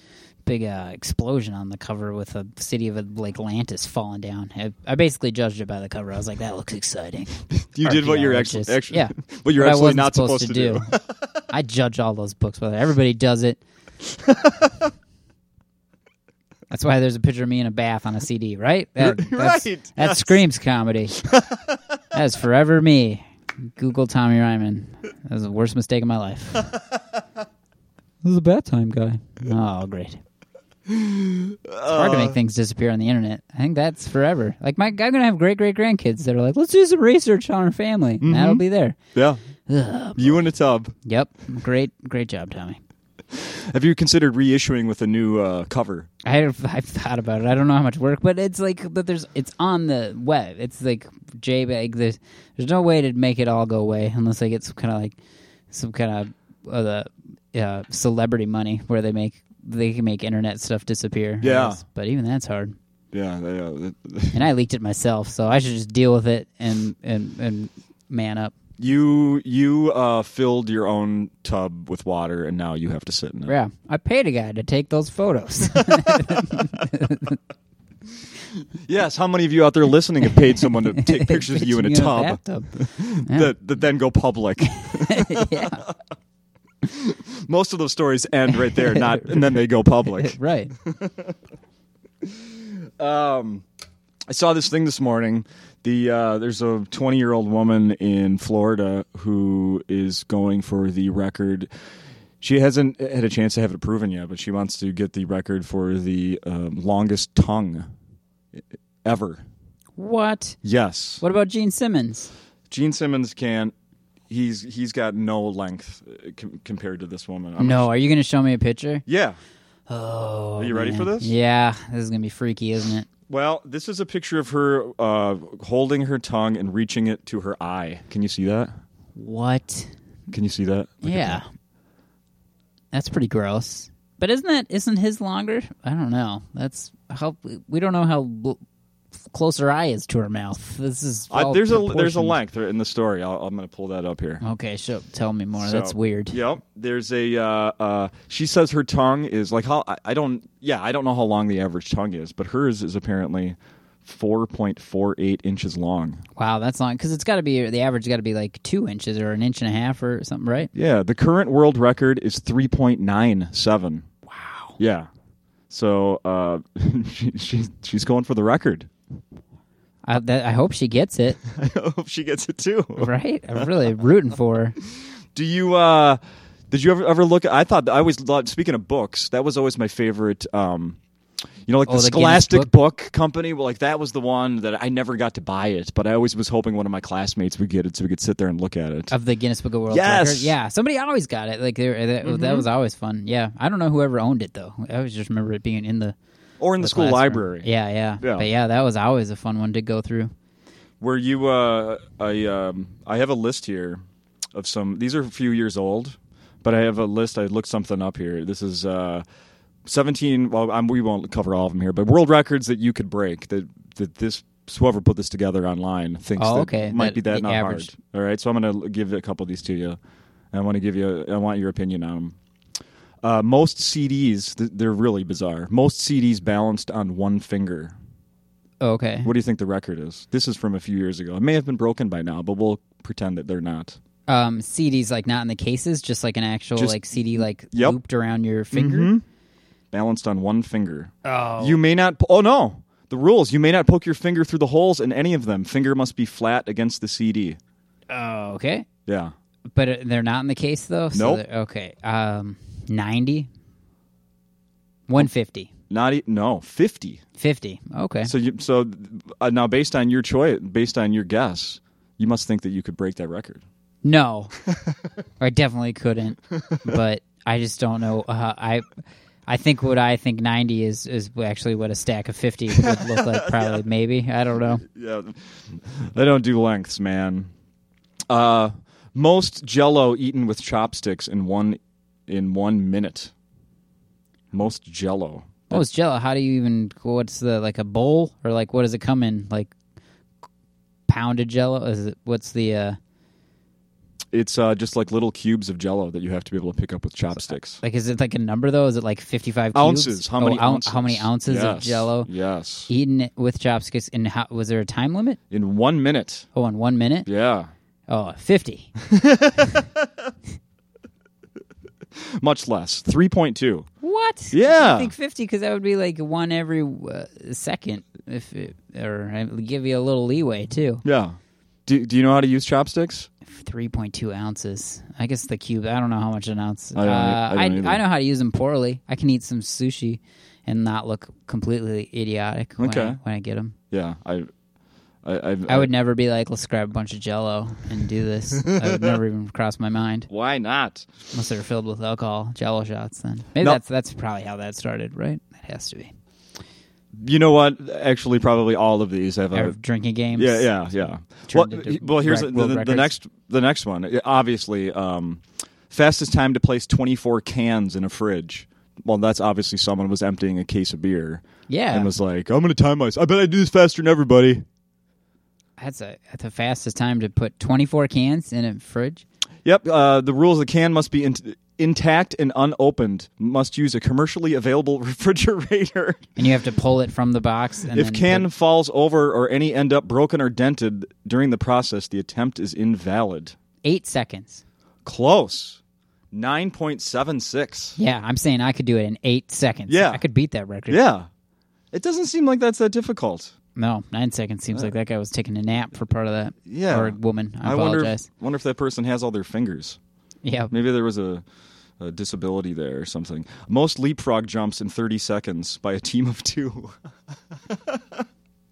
big uh, explosion on the cover with a city of like Atlantis falling down. I, I basically judged it by the cover. I was like, that looks exciting.
You did what you're actually,
Archaeologists.
actually
Yeah.
what you're
But I
actually
wasn't
not supposed, to do.
I judge all those books, but everybody does it. That's why there's a picture of me in a bath on a CD, right? That,
You're
that's-
right,
That
yes.
screams comedy. That's forever me. Google Tommy Ryman. That was the worst mistake of my life. This is a bad time guy. Oh, great. It's hard
Uh.
to make things disappear on the internet. I think that's forever. Like my, I'm gonna have great great grandkids that are like, let's do some research on our family.
Mm-hmm.
And That'll be there.
yeah. you in a tub.
Yep. Great great job, Tommy.
Have you considered reissuing with a new uh, cover?
I have, I've thought about it. I don't know how much work, but it's like, but there's, it's on the web. It's like JPEG. There's, there's no way to make it all go away unless I get some kind of like, some kind of uh, the uh, celebrity money where they make, they can make internet stuff disappear. I
Yeah.
guess. But even that's hard.
Yeah. they, uh,
And I leaked it myself, so I should just deal with it and, and, and man up.
you you uh, filled your own tub with water, and now you have to sit in it.
Yeah. I paid a guy to take those photos.
Yes. How many of you out there listening have paid someone to take pictures of you in a tub
bathtub. Yeah.
that, that then go public?
yeah.
Most of those stories end right there, not and then they go public.
Right.
Um, I saw this thing this morning. The uh, there's a 20 year old woman in Florida who is going for the record. She hasn't had a chance to have it proven yet, but she wants to get the record for the um, longest tongue ever.
What?
Yes,
What about Gene Simmons?
Gene Simmons can't. He's he's got no length uh, com- compared to this woman. I'm-
No, are you going to show me a picture?
Yeah.
Oh. Are
you ready for this?
Yeah, this is going to be freaky, isn't it?
Well, this is a picture of her uh, holding her tongue and reaching it to her eye. Can you see that?
What?
Can you see that? Look at
yeah. That's pretty gross. But isn't that isn't his longer? I don't know. That's how we don't know how l- closer eye is to her mouth. This is
I,
all
there's a there's a
proportioned.
length in the story. I'll, I'm going to pull that up here.
Okay, sure. Tell me more.
So,
Oh, That's weird.
Yep. There's a. Uh, uh, she says her tongue is like how I, I don't. Yeah, I don't know how long the average tongue is, but hers is apparently 4.48 inches long.
Wow, that's long because it's got to be the average. Got to be like two inches or an inch and a half or something, right?
Yeah. The current world record is 3.97. Wow. Yeah. So uh, she, she she's going for the record.
I, that, I hope she gets it,
I hope she gets it too.
right? I'm really rooting for her.
Do you uh did you ever ever look at I thought I always loved speaking of books, that was always my favorite um you know like
Oh,
the,
the Guinness
Scholastic book? company, well, like that was the one that I never got to buy it, but I always was hoping one of my classmates would get it so we could sit there and look at it.
Of the Guinness Book of World
Yes! Mm-hmm.
Records. Yeah, somebody always got it. Like they were, that, that was always fun. Yeah, I don't know whoever owned it though. I always just remember it being in the,
or in the, school
classroom.
library.
Yeah, yeah,
Yeah.
But yeah, that was always a fun one to go through.
Were you uh I um I have a list here of some these are a few years old, but I have a list I looked something up here. This is uh 17 well I'm, we won't cover all of them here, but world records that you could break that that this whoever put this together online thinks
Oh,
that
okay.
might
That-
be that
the
not
average.
hard. All right, so I'm going to give a couple of these to you. I want to give you I want your opinion on them. Uh, most CDs, th- they're really bizarre. Most CDs balanced on one finger.
Oh, Okay,
What do you think the record is? This is from a few years ago. It may have been broken by now, but we'll pretend that they're not.
um, CDs like not in the cases, just like an actual
Just-
like CD like
Yep. Mm-hmm.
looped around your finger.
Balanced on one finger. Oh. You may not. Oh, no. The rules. You may not poke your finger through the holes in any of them. Finger must be flat against the CD.
Oh, okay.
Yeah.
But uh, they're not in the case though. So
Nope.
they're- Okay. Um, 90 150
Not e- no 50.
50. Okay.
So you so uh, now based on your choice, based on your guess, you must think that you could break that record.
no. I definitely couldn't. But I just don't know uh, I I think what I think 90 is is actually what a stack of 50 would look like probably maybe. I don't know.
Yeah, they don't do lengths, man. Uh, most Jello eaten with chopsticks in one in one minute. Most Jello.
What was Oh, jello? How do you even what's the like a bowl or like what does it come in like pounded jello? Is it what's the uh
It's uh, just like little cubes of Jello that you have to be able to pick up with chopsticks.
Like, is it like a number though? Is it like fifty-five cubes?
Ounces. How
Oh,
many
oun-
ounces?
How many ounces of
Yes.
Jello
Yes.
eaten with chopsticks? And how, was there a time limit?
In one minute.
Oh, in one minute?
Yeah.
Oh, 50.
Much less. Three point two.
what?
Yeah.
I think fifty because that would be like one every uh, second, if it, or I would give you a little leeway too.
Yeah. Do, do you know how to use chopsticks?
Three point two ounces. I guess the cube. I don't know how much an ounce.
I don't-
uh,
I don't either.
I, know how to use them poorly. I can eat some sushi and not look completely idiotic when, I,
Okay.
when I get them.
Yeah. I. I, I've,
I would never be like, let's grab a bunch of Jello and do this. I would never even cross my mind
Why not?
unless they're filled with alcohol, Jello shots. Then maybe
No.
that's that's probably how that started, right? That has to be.
You know what? Actually, probably all of these have
Our
a
drinking games.
Yeah, yeah, yeah. Well,
turned into
he- well, here's
rec-
the,
world
the, the
records.
next the next one. Yeah, Obviously, um, fastest time to place 24 cans in a fridge. Well, that's obviously someone was emptying a case of beer
Yeah.
and was like, "I'm going to time myself. I bet I do this faster than everybody."
that's a that's the fastest time to put twenty four cans in a fridge.
Yep. Uh, the rules: the can must be in- intact and unopened. Must use a commercially available refrigerator.
And you have to pull it from the box. And
if
then
can
put-
falls over or any end up broken or dented during the process, the attempt is invalid.
eight seconds.
Close. Nine point seven six.
Yeah, I'm saying I could do it in eight seconds.
Yeah.
I could beat that record.
Yeah. It doesn't seem like that's that difficult.
No, nine seconds seems like that guy was taking a nap for part of that.
Yeah.
Or woman. I,
wonder
apologize.
if, wonder if that person has all their fingers.
yeah.
Maybe there was a, a disability there or something. Most leapfrog jumps in 30 seconds by a team of two.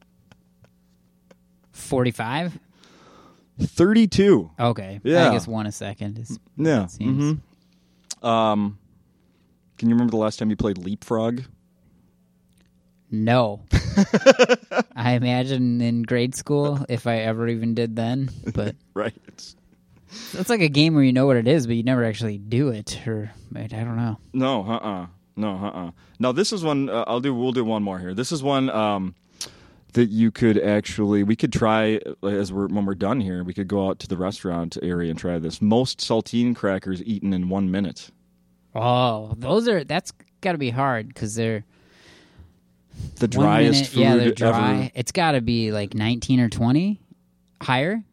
Forty five?
32.
Okay.
Yeah.
I guess one a second is
Yeah.
it seems.
mhm. Um, can you remember the last time you played leapfrog?
No. I imagine in grade school if I ever even did then. But
Right.
it's like a game where you know what it is, but you never actually do it or I don't know.
No, uh-uh. uh uh No, uh uh Now, this is one, uh, I'll do, we'll do one more here. This is one um, that you could actually we could try uh, as we're when we're done here we could go out to the restaurant area and try this most saltine crackers eaten in one minute
Oh, those are that's got to be hard because they're
the
one
driest
minute-
food
yeah, they're
ever
dry. It's got to be like nineteen or twenty, higher.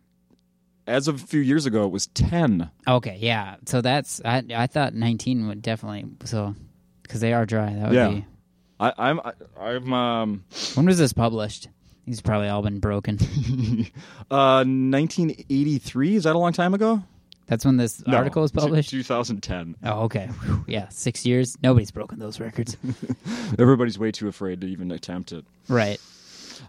as of a few years ago it was 10
Okay, yeah. So that's I I thought nineteen would definitely so because they are dry. That would
Yeah.
be.
I, i'm I, i'm um
When was this published? These probably all been broken.
uh 1983 is that a long time ago
That's when this
No,
article was
two-
published.
2010
Oh, okay. Whew, Yeah, six years. Nobody's broken those records.
everybody's way too afraid to even attempt it
right.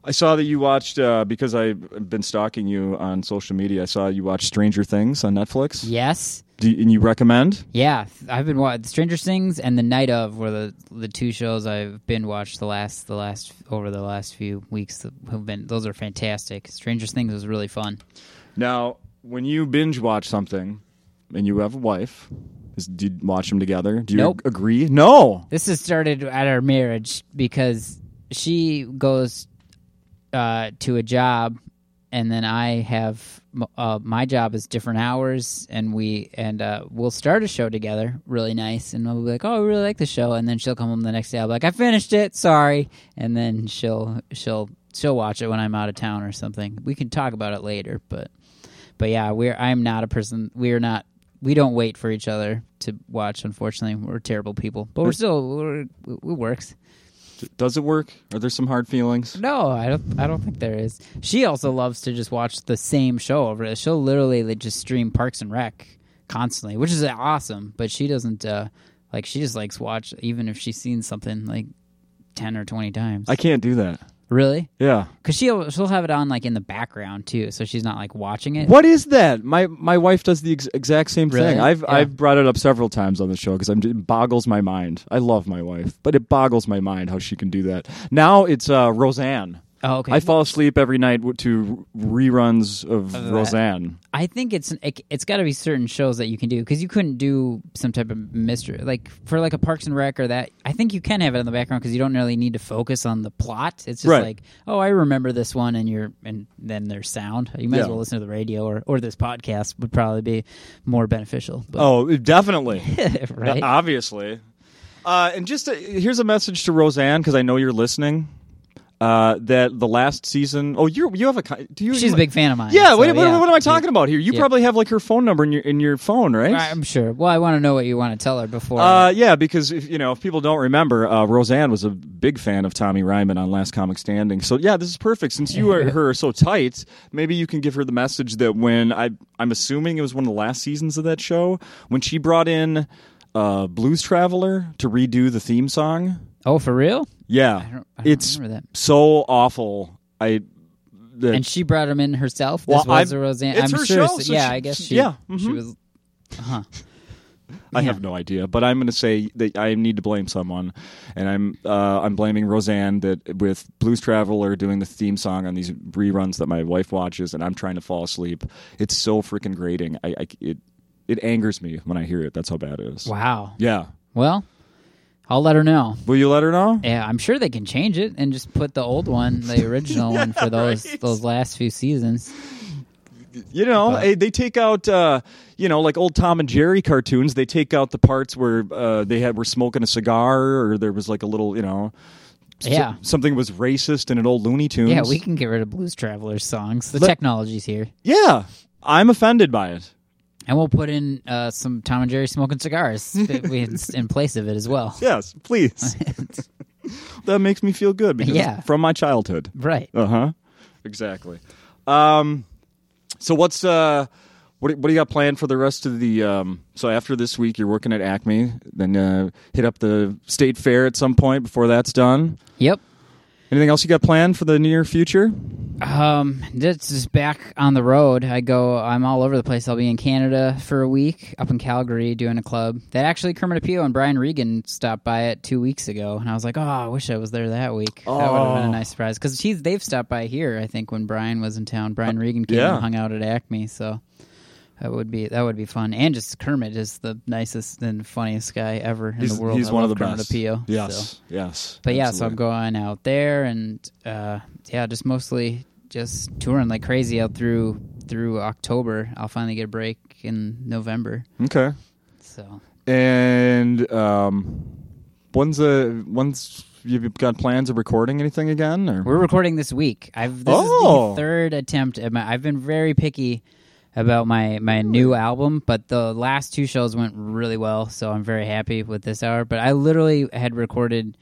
i saw that you watched uh because i've been stalking you on social media i saw you watched stranger things on netflix
Yes.
Do you, and you recommend
Yeah, I've been watching Stranger Things and The Night of were the the two shows I've been watched the last the last over the last few weeks. that Have been those are fantastic. Stranger Things was really fun.
Now, when you binge watch something and you have a wife, is, do you watch them together? Do you
Nope.
agree? No.
This has started at our marriage because she goes uh, to a job, and then I have m- uh, my job is different hours, and we and uh, we'll start a show together, really nice, and we'll be like, "Oh, I really like the show," and then she'll come home the next day, I'll be like, "I finished it, sorry," and then she'll she'll she'll watch it when I'm out of town or something. We can talk about it later, but but yeah, we're I'm not a person. We're not. We don't wait for each other to watch. Unfortunately, we're terrible people, but we're still we're, it works.
Does it work? Are there some hard feelings?
No, I don't. I don't think there is. She also loves to just watch the same show over. She'll literally like, just stream Parks and Rec constantly, which is awesome. But she doesn't uh, like. She just likes watch even if she's seen something like ten or twenty times.
I can't do that.
really?
Yeah.
Because she'll she'll have it on like in the background too, so she's not like watching it.
What is that? My my wife does the ex- exact same
Really?
thing. I've
Yeah.
I've brought it up several times on the show because it boggles my mind. I love my wife, but it boggles my mind how she can do that. Now it's uh, Roseanne.
Oh, okay.
I fall asleep every night w- to reruns of Roseanne.
I think it's it, it's got to be certain shows that you can do because you couldn't do some type of mystery like for like a Parks and Rec or that. I think you can have it in the background because you don't really need to focus on the plot. It's just
Right.
like, oh, I remember this one, and you're and then there's sound. You might as
Yeah.
well listen to the radio or or this podcast would probably be more beneficial. But,
Oh, definitely.
right.
Obviously. Uh, and just uh here's a message to Roseanne because I know you're listening. Uh, that the last season. Oh, you you have a co- do you?
She's a big fan of mine.
Yeah.
so,
what, what,
yeah.
what am I talking about here? You
Yeah.
probably have like her phone number in your in your phone, right?
I'm sure. Well, I want to know what you want to tell her before.
Uh, yeah, because if you know if people don't remember, uh, Roseanne was a big fan of Tommy Ryman on Last Comic Standing. So yeah, this is perfect. Since you are her are so tight, maybe you can give her the message that when I I'm assuming it was one of the last seasons of that show when she brought in uh, Blues Traveler to redo the theme song.
oh, for real?
Yeah,
don't- I don't
it's
remember
so awful. I the,
And she brought him in herself.
Well,
this was
I'm-
a Roseanne.
it's
I'm
her
sure.
show,
so-
so
yeah,
she-
I guess
she-
she.
yeah,
She
mhm.
was.
I have no idea, but I'm going to say that I need to blame someone, and I'm uh, I'm blaming Roseanne that with Blues Traveler doing the theme song on these reruns that my wife watches, and I'm trying to fall asleep. It's so freaking grating. I, I it it angers me when I hear it. That's how bad it is.
Wow.
Yeah.
Well, I'll let her know.
Will you let her know?
Yeah, I'm sure they can change it and just put the old one, the original one for those those last few seasons.
You know,
Uh-huh.
eh, they take out, uh, you know, like old Tom and Jerry cartoons. They take out the parts where uh, they had were smoking a cigar, or there was like a little, you know, s-
Yeah.
something was racist in an old Looney Tunes.
Yeah, we can get rid of Blues Travelers songs. The technology's here.
Yeah, I'm offended by it.
And we'll put in uh, some Tom and Jerry smoking cigars in, in place of it as well.
Yes, please. that makes me feel good because
Yeah.
it's from my childhood.
Right.
Uh huh. Exactly. Um, so what's uh, what what do you got planned for the rest of the um? So after this week, you're working at Acme, then uh, hit up the state fair at some point before that's done.
Yep.
Anything else you got planned for the near future?
Um, this is back on the road. I go. I'm all over the place. I'll be in Canada for a week, up in Calgary doing a club. That actually Kermit Apio and Brian Regan stopped by it two weeks ago, and I was like, oh, I wish I was there that week. That would have been a
Oh.
nice surprise because he's they've stopped by here. I think when Brian was in town, Brian Regan came
Uh, yeah.
and hung out at Acme. So That would be that would be fun. And just Kermit is the nicest and funniest guy ever in
He's,
the world.
he's
I
one of the
love Kermit
best.
the Pio,
yes,
so.
yes.
But yeah, so I'm
absolutely.
going out there and uh, yeah, just mostly just touring like crazy out through through October. I'll finally get a break in November.
Okay.
So
And um, when's the when's you've got plans of recording anything again? Or
We're recording this week. I've this
Oh.
is the third attempt at my I've been very picky about my my new album, but the last two shows went really well, so I'm very happy with this hour. But I literally had recorded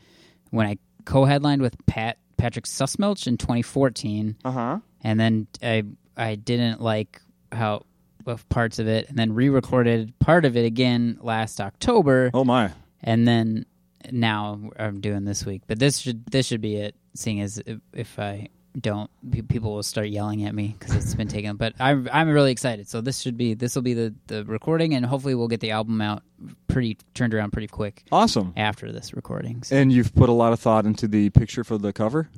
when I co-headlined with Pat Patrick Sussmelch in 2014
uh huh.
and then I I didn't like how of parts of it and then re-recorded part of it again last October
Oh my.
and then now I'm doing this week. But this should this should be it. Seeing as if, if I don't, pe- people will start yelling at me because it's been taken. But I'm I'm really excited. So this should be this will be the the recording, and hopefully we'll get the album out pretty turned around pretty quick
Awesome.
after this recording. So,
And you've put a lot of thought into the picture for the cover.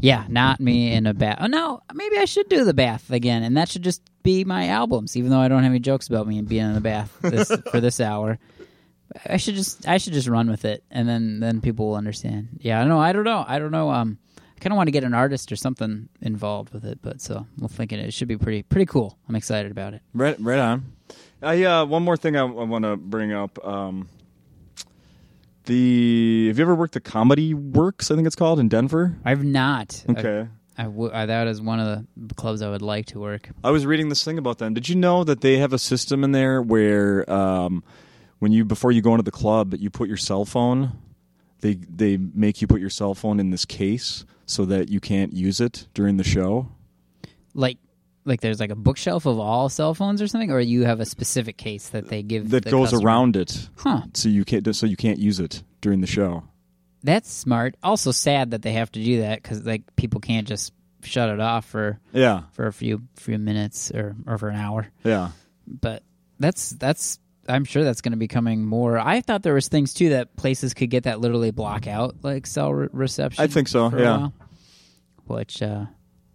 yeah, not me in a bath. Oh no, maybe I should do the bath again, and that should just be my albums. Even though I don't have any jokes about me and being in the bath this, for this hour. I should just I should just run with it, and then then people will understand. Yeah, I know. I don't know. I don't know. Um, I kind of want to get an artist or something involved with it, but so we're thinking it should be pretty pretty cool. I'm excited about it.
Right, right on. I uh, one more thing I, want to bring up. Um, the have you ever worked the Comedy Works? I think it's called in Denver.
I've not.
Okay.
I, I, w- I that is one of the clubs I would like to work.
I was reading this thing about them. Did you know that they have a system in there where um, when you before you go into the club, you put your cell phone. They they make you put your cell phone in this case so that you can't use it during the show.
Like like there's like a bookshelf of all cell phones or something, or you have a specific case that they give
That
the
goes
customer?
around it,
Huh.
so you can't so you can't use it during the show.
That's smart. Also sad that they have to do that because like people can't just shut it off for
Yeah,
for a few few minutes or or for an hour.
yeah.
but that's that's I'm sure that's going to be coming more. I thought there was things too that places could get that literally block out like cell re- reception.
I think so,
for uh, a
yeah.
while. Which uh,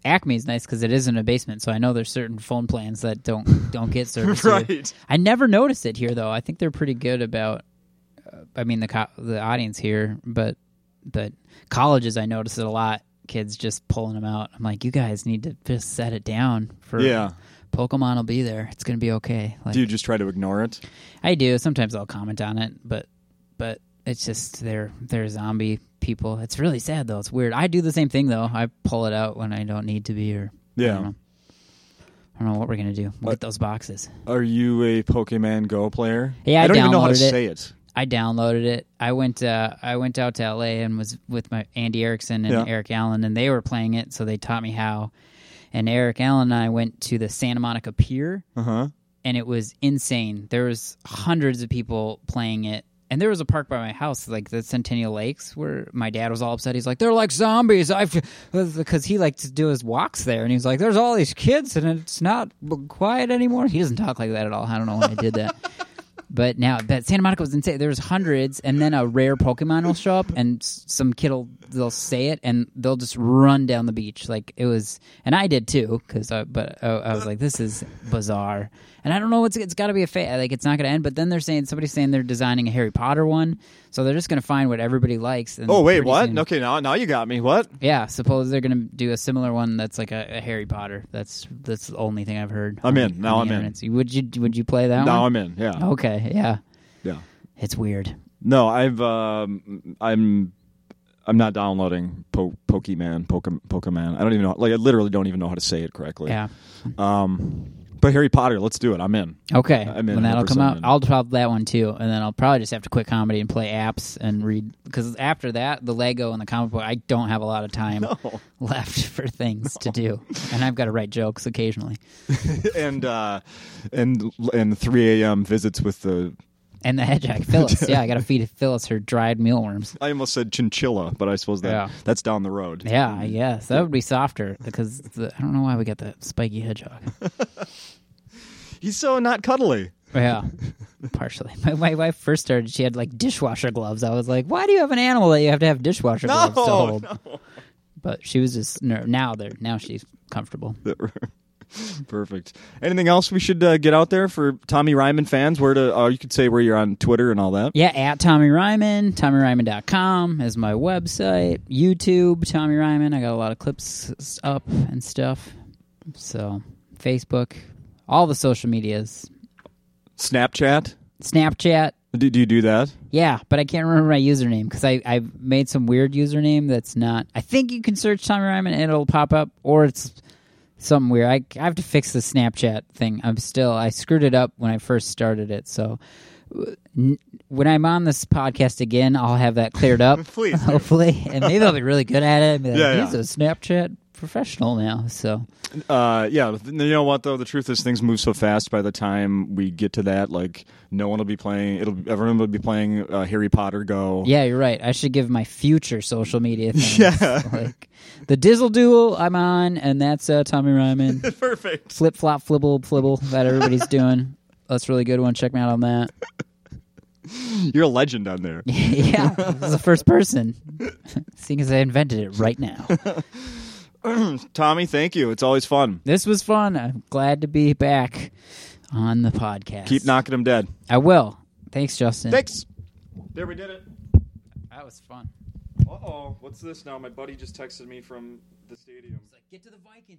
Acme is nice because it is in a basement, so I know there's certain phone plans that don't don't get service. here.
Right.
I never noticed it here though. I think they're pretty good about. Uh, I mean the co- the audience here, but but colleges I notice it a lot. Kids just pulling them out. I'm like, you guys need to just set it down for
Yeah.
Pokemon will be there. It's gonna be okay. Like,
Do you just try to ignore it?
I do. Sometimes I'll comment on it, but but it's just they're they're zombie people. It's really sad though. It's weird. I do the same thing though. I pull it out when I don't need to be or I
Yeah.
don't know, I don't know what we're gonna do. We'll get those boxes.
Are you a Pokemon Go player?
Yeah, I
don't even know how to
downloaded it.
say it.
I downloaded it. I went uh, I went out to L.A. and was with my Andy Erickson and
Yeah.
Eric Allen, and they were playing it, so they taught me how. And Eric Allen and I went to the Santa Monica Pier.
Uh huh.
and it was insane. There was hundreds of people playing it. And there was a park by my house, like the Centennial Lakes, where my dad was all upset. He's like, "They're like zombies." I've because he liked to do his walks there, and he was like, "There's all these kids, and it's not quiet anymore." He doesn't talk like that at all. I don't know why I did that, but now that Santa Monica was insane. There was hundreds, and then a rare Pokemon will show up, and s- some kid will they'll say it, and they'll just run down the beach like it was. And I did too, because I, but oh, I, I was like, this is bizarre, and I don't know what's it's got to be a fa- like it's not going to end. But then they're saying somebody's saying they're designing a Harry Potter one, so they're just going to find what everybody likes. And
Oh wait,
pretty
what?
soon-
Okay, now now you got me. What?
Yeah, suppose they're going to do a similar one that's like a, a Harry Potter. That's that's the only thing I've heard.
I'm
on
in.
the- on
Now
the
I'm in.
internet. So Would you would you play that
Now
one?
I'm in.
Oh,
Yeah.
okay, yeah,
Yeah.
it's weird.
No, I've um, I'm I'm not downloading po- Pokemon, Pokem- Pokemon. I don't even know. Like I literally don't even know how to say it correctly.
Yeah.
Um, but Harry Potter, let's do it. I'm in.
Okay,
I'm in
when that'll come
100%
out,
in.
I'll drop that one too, and then I'll probably just have to quit comedy and play apps and read because after that, the Lego and the comic book, I don't have a lot of time left for things to do, and I've got to write jokes occasionally,
and uh, and and 3 a.m. visits with the.
and the hedgehog Phyllis, yeah, I got to feed Phyllis her dried mealworms.
I almost said chinchilla, but I suppose that
Yeah.
that's down the road.
Yeah, I guess that would be softer because the, I don't know why we got that spiky hedgehog.
He's so not cuddly.
Yeah, partially. My, my wife first started; she had like dishwasher gloves. I was like, "Why do you have an animal that you have to have dishwasher gloves to
No,
hold?" But she was just ner- now. They're now she's comfortable.
Perfect. Anything else we should uh, get out there for Tommy Ryman fans? Where to? Uh, you could say where you're on Twitter and all that.
Yeah, at Tommy Ryman, TommyRyman.com is my website. YouTube, Tommy Ryman. I got a lot of clips s- up and stuff. So, Facebook, all the social medias,
Snapchat.
Snapchat.
Do, do you do that?
Yeah, but I can't remember my username because I I made some weird username that's not. I think you can search Tommy Ryman and it'll pop up, or it's something weird. I, I have to fix the Snapchat thing. I'm still I screwed it up when I first started it. So w- n- when I'm on this podcast again, I'll have that cleared up.
Please do.
hopefully, and maybe I'll be really good at it. Be like,
Yeah,
He's
yeah.
a Snapchat professional now. So
Uh, yeah. th- You know what though? The truth is, things move so fast. By the time we get to that, like no one will be playing. It'll everyone will be playing uh, Harry Potter Go.
Yeah, you're right. I should give my future social media things.
Yeah.
Like the Dizzle Duel I'm on, and that's uh, Tommy Ryman.
Perfect.
Flip flop flibble flibble that everybody's doing. That's a really good one. Check me out on that.
You're a legend on there.
yeah. This is the first person. Seeing as I invented it right now.
Tommy, thank you. It's always fun.
This was fun. I'm glad to be back on the podcast.
Keep knocking them dead.
I will. Thanks, Justin.
Thanks. There we did it.
That was fun.
Uh oh. What's this now? My buddy just texted me from the stadium.
It's like, get to the Vikings.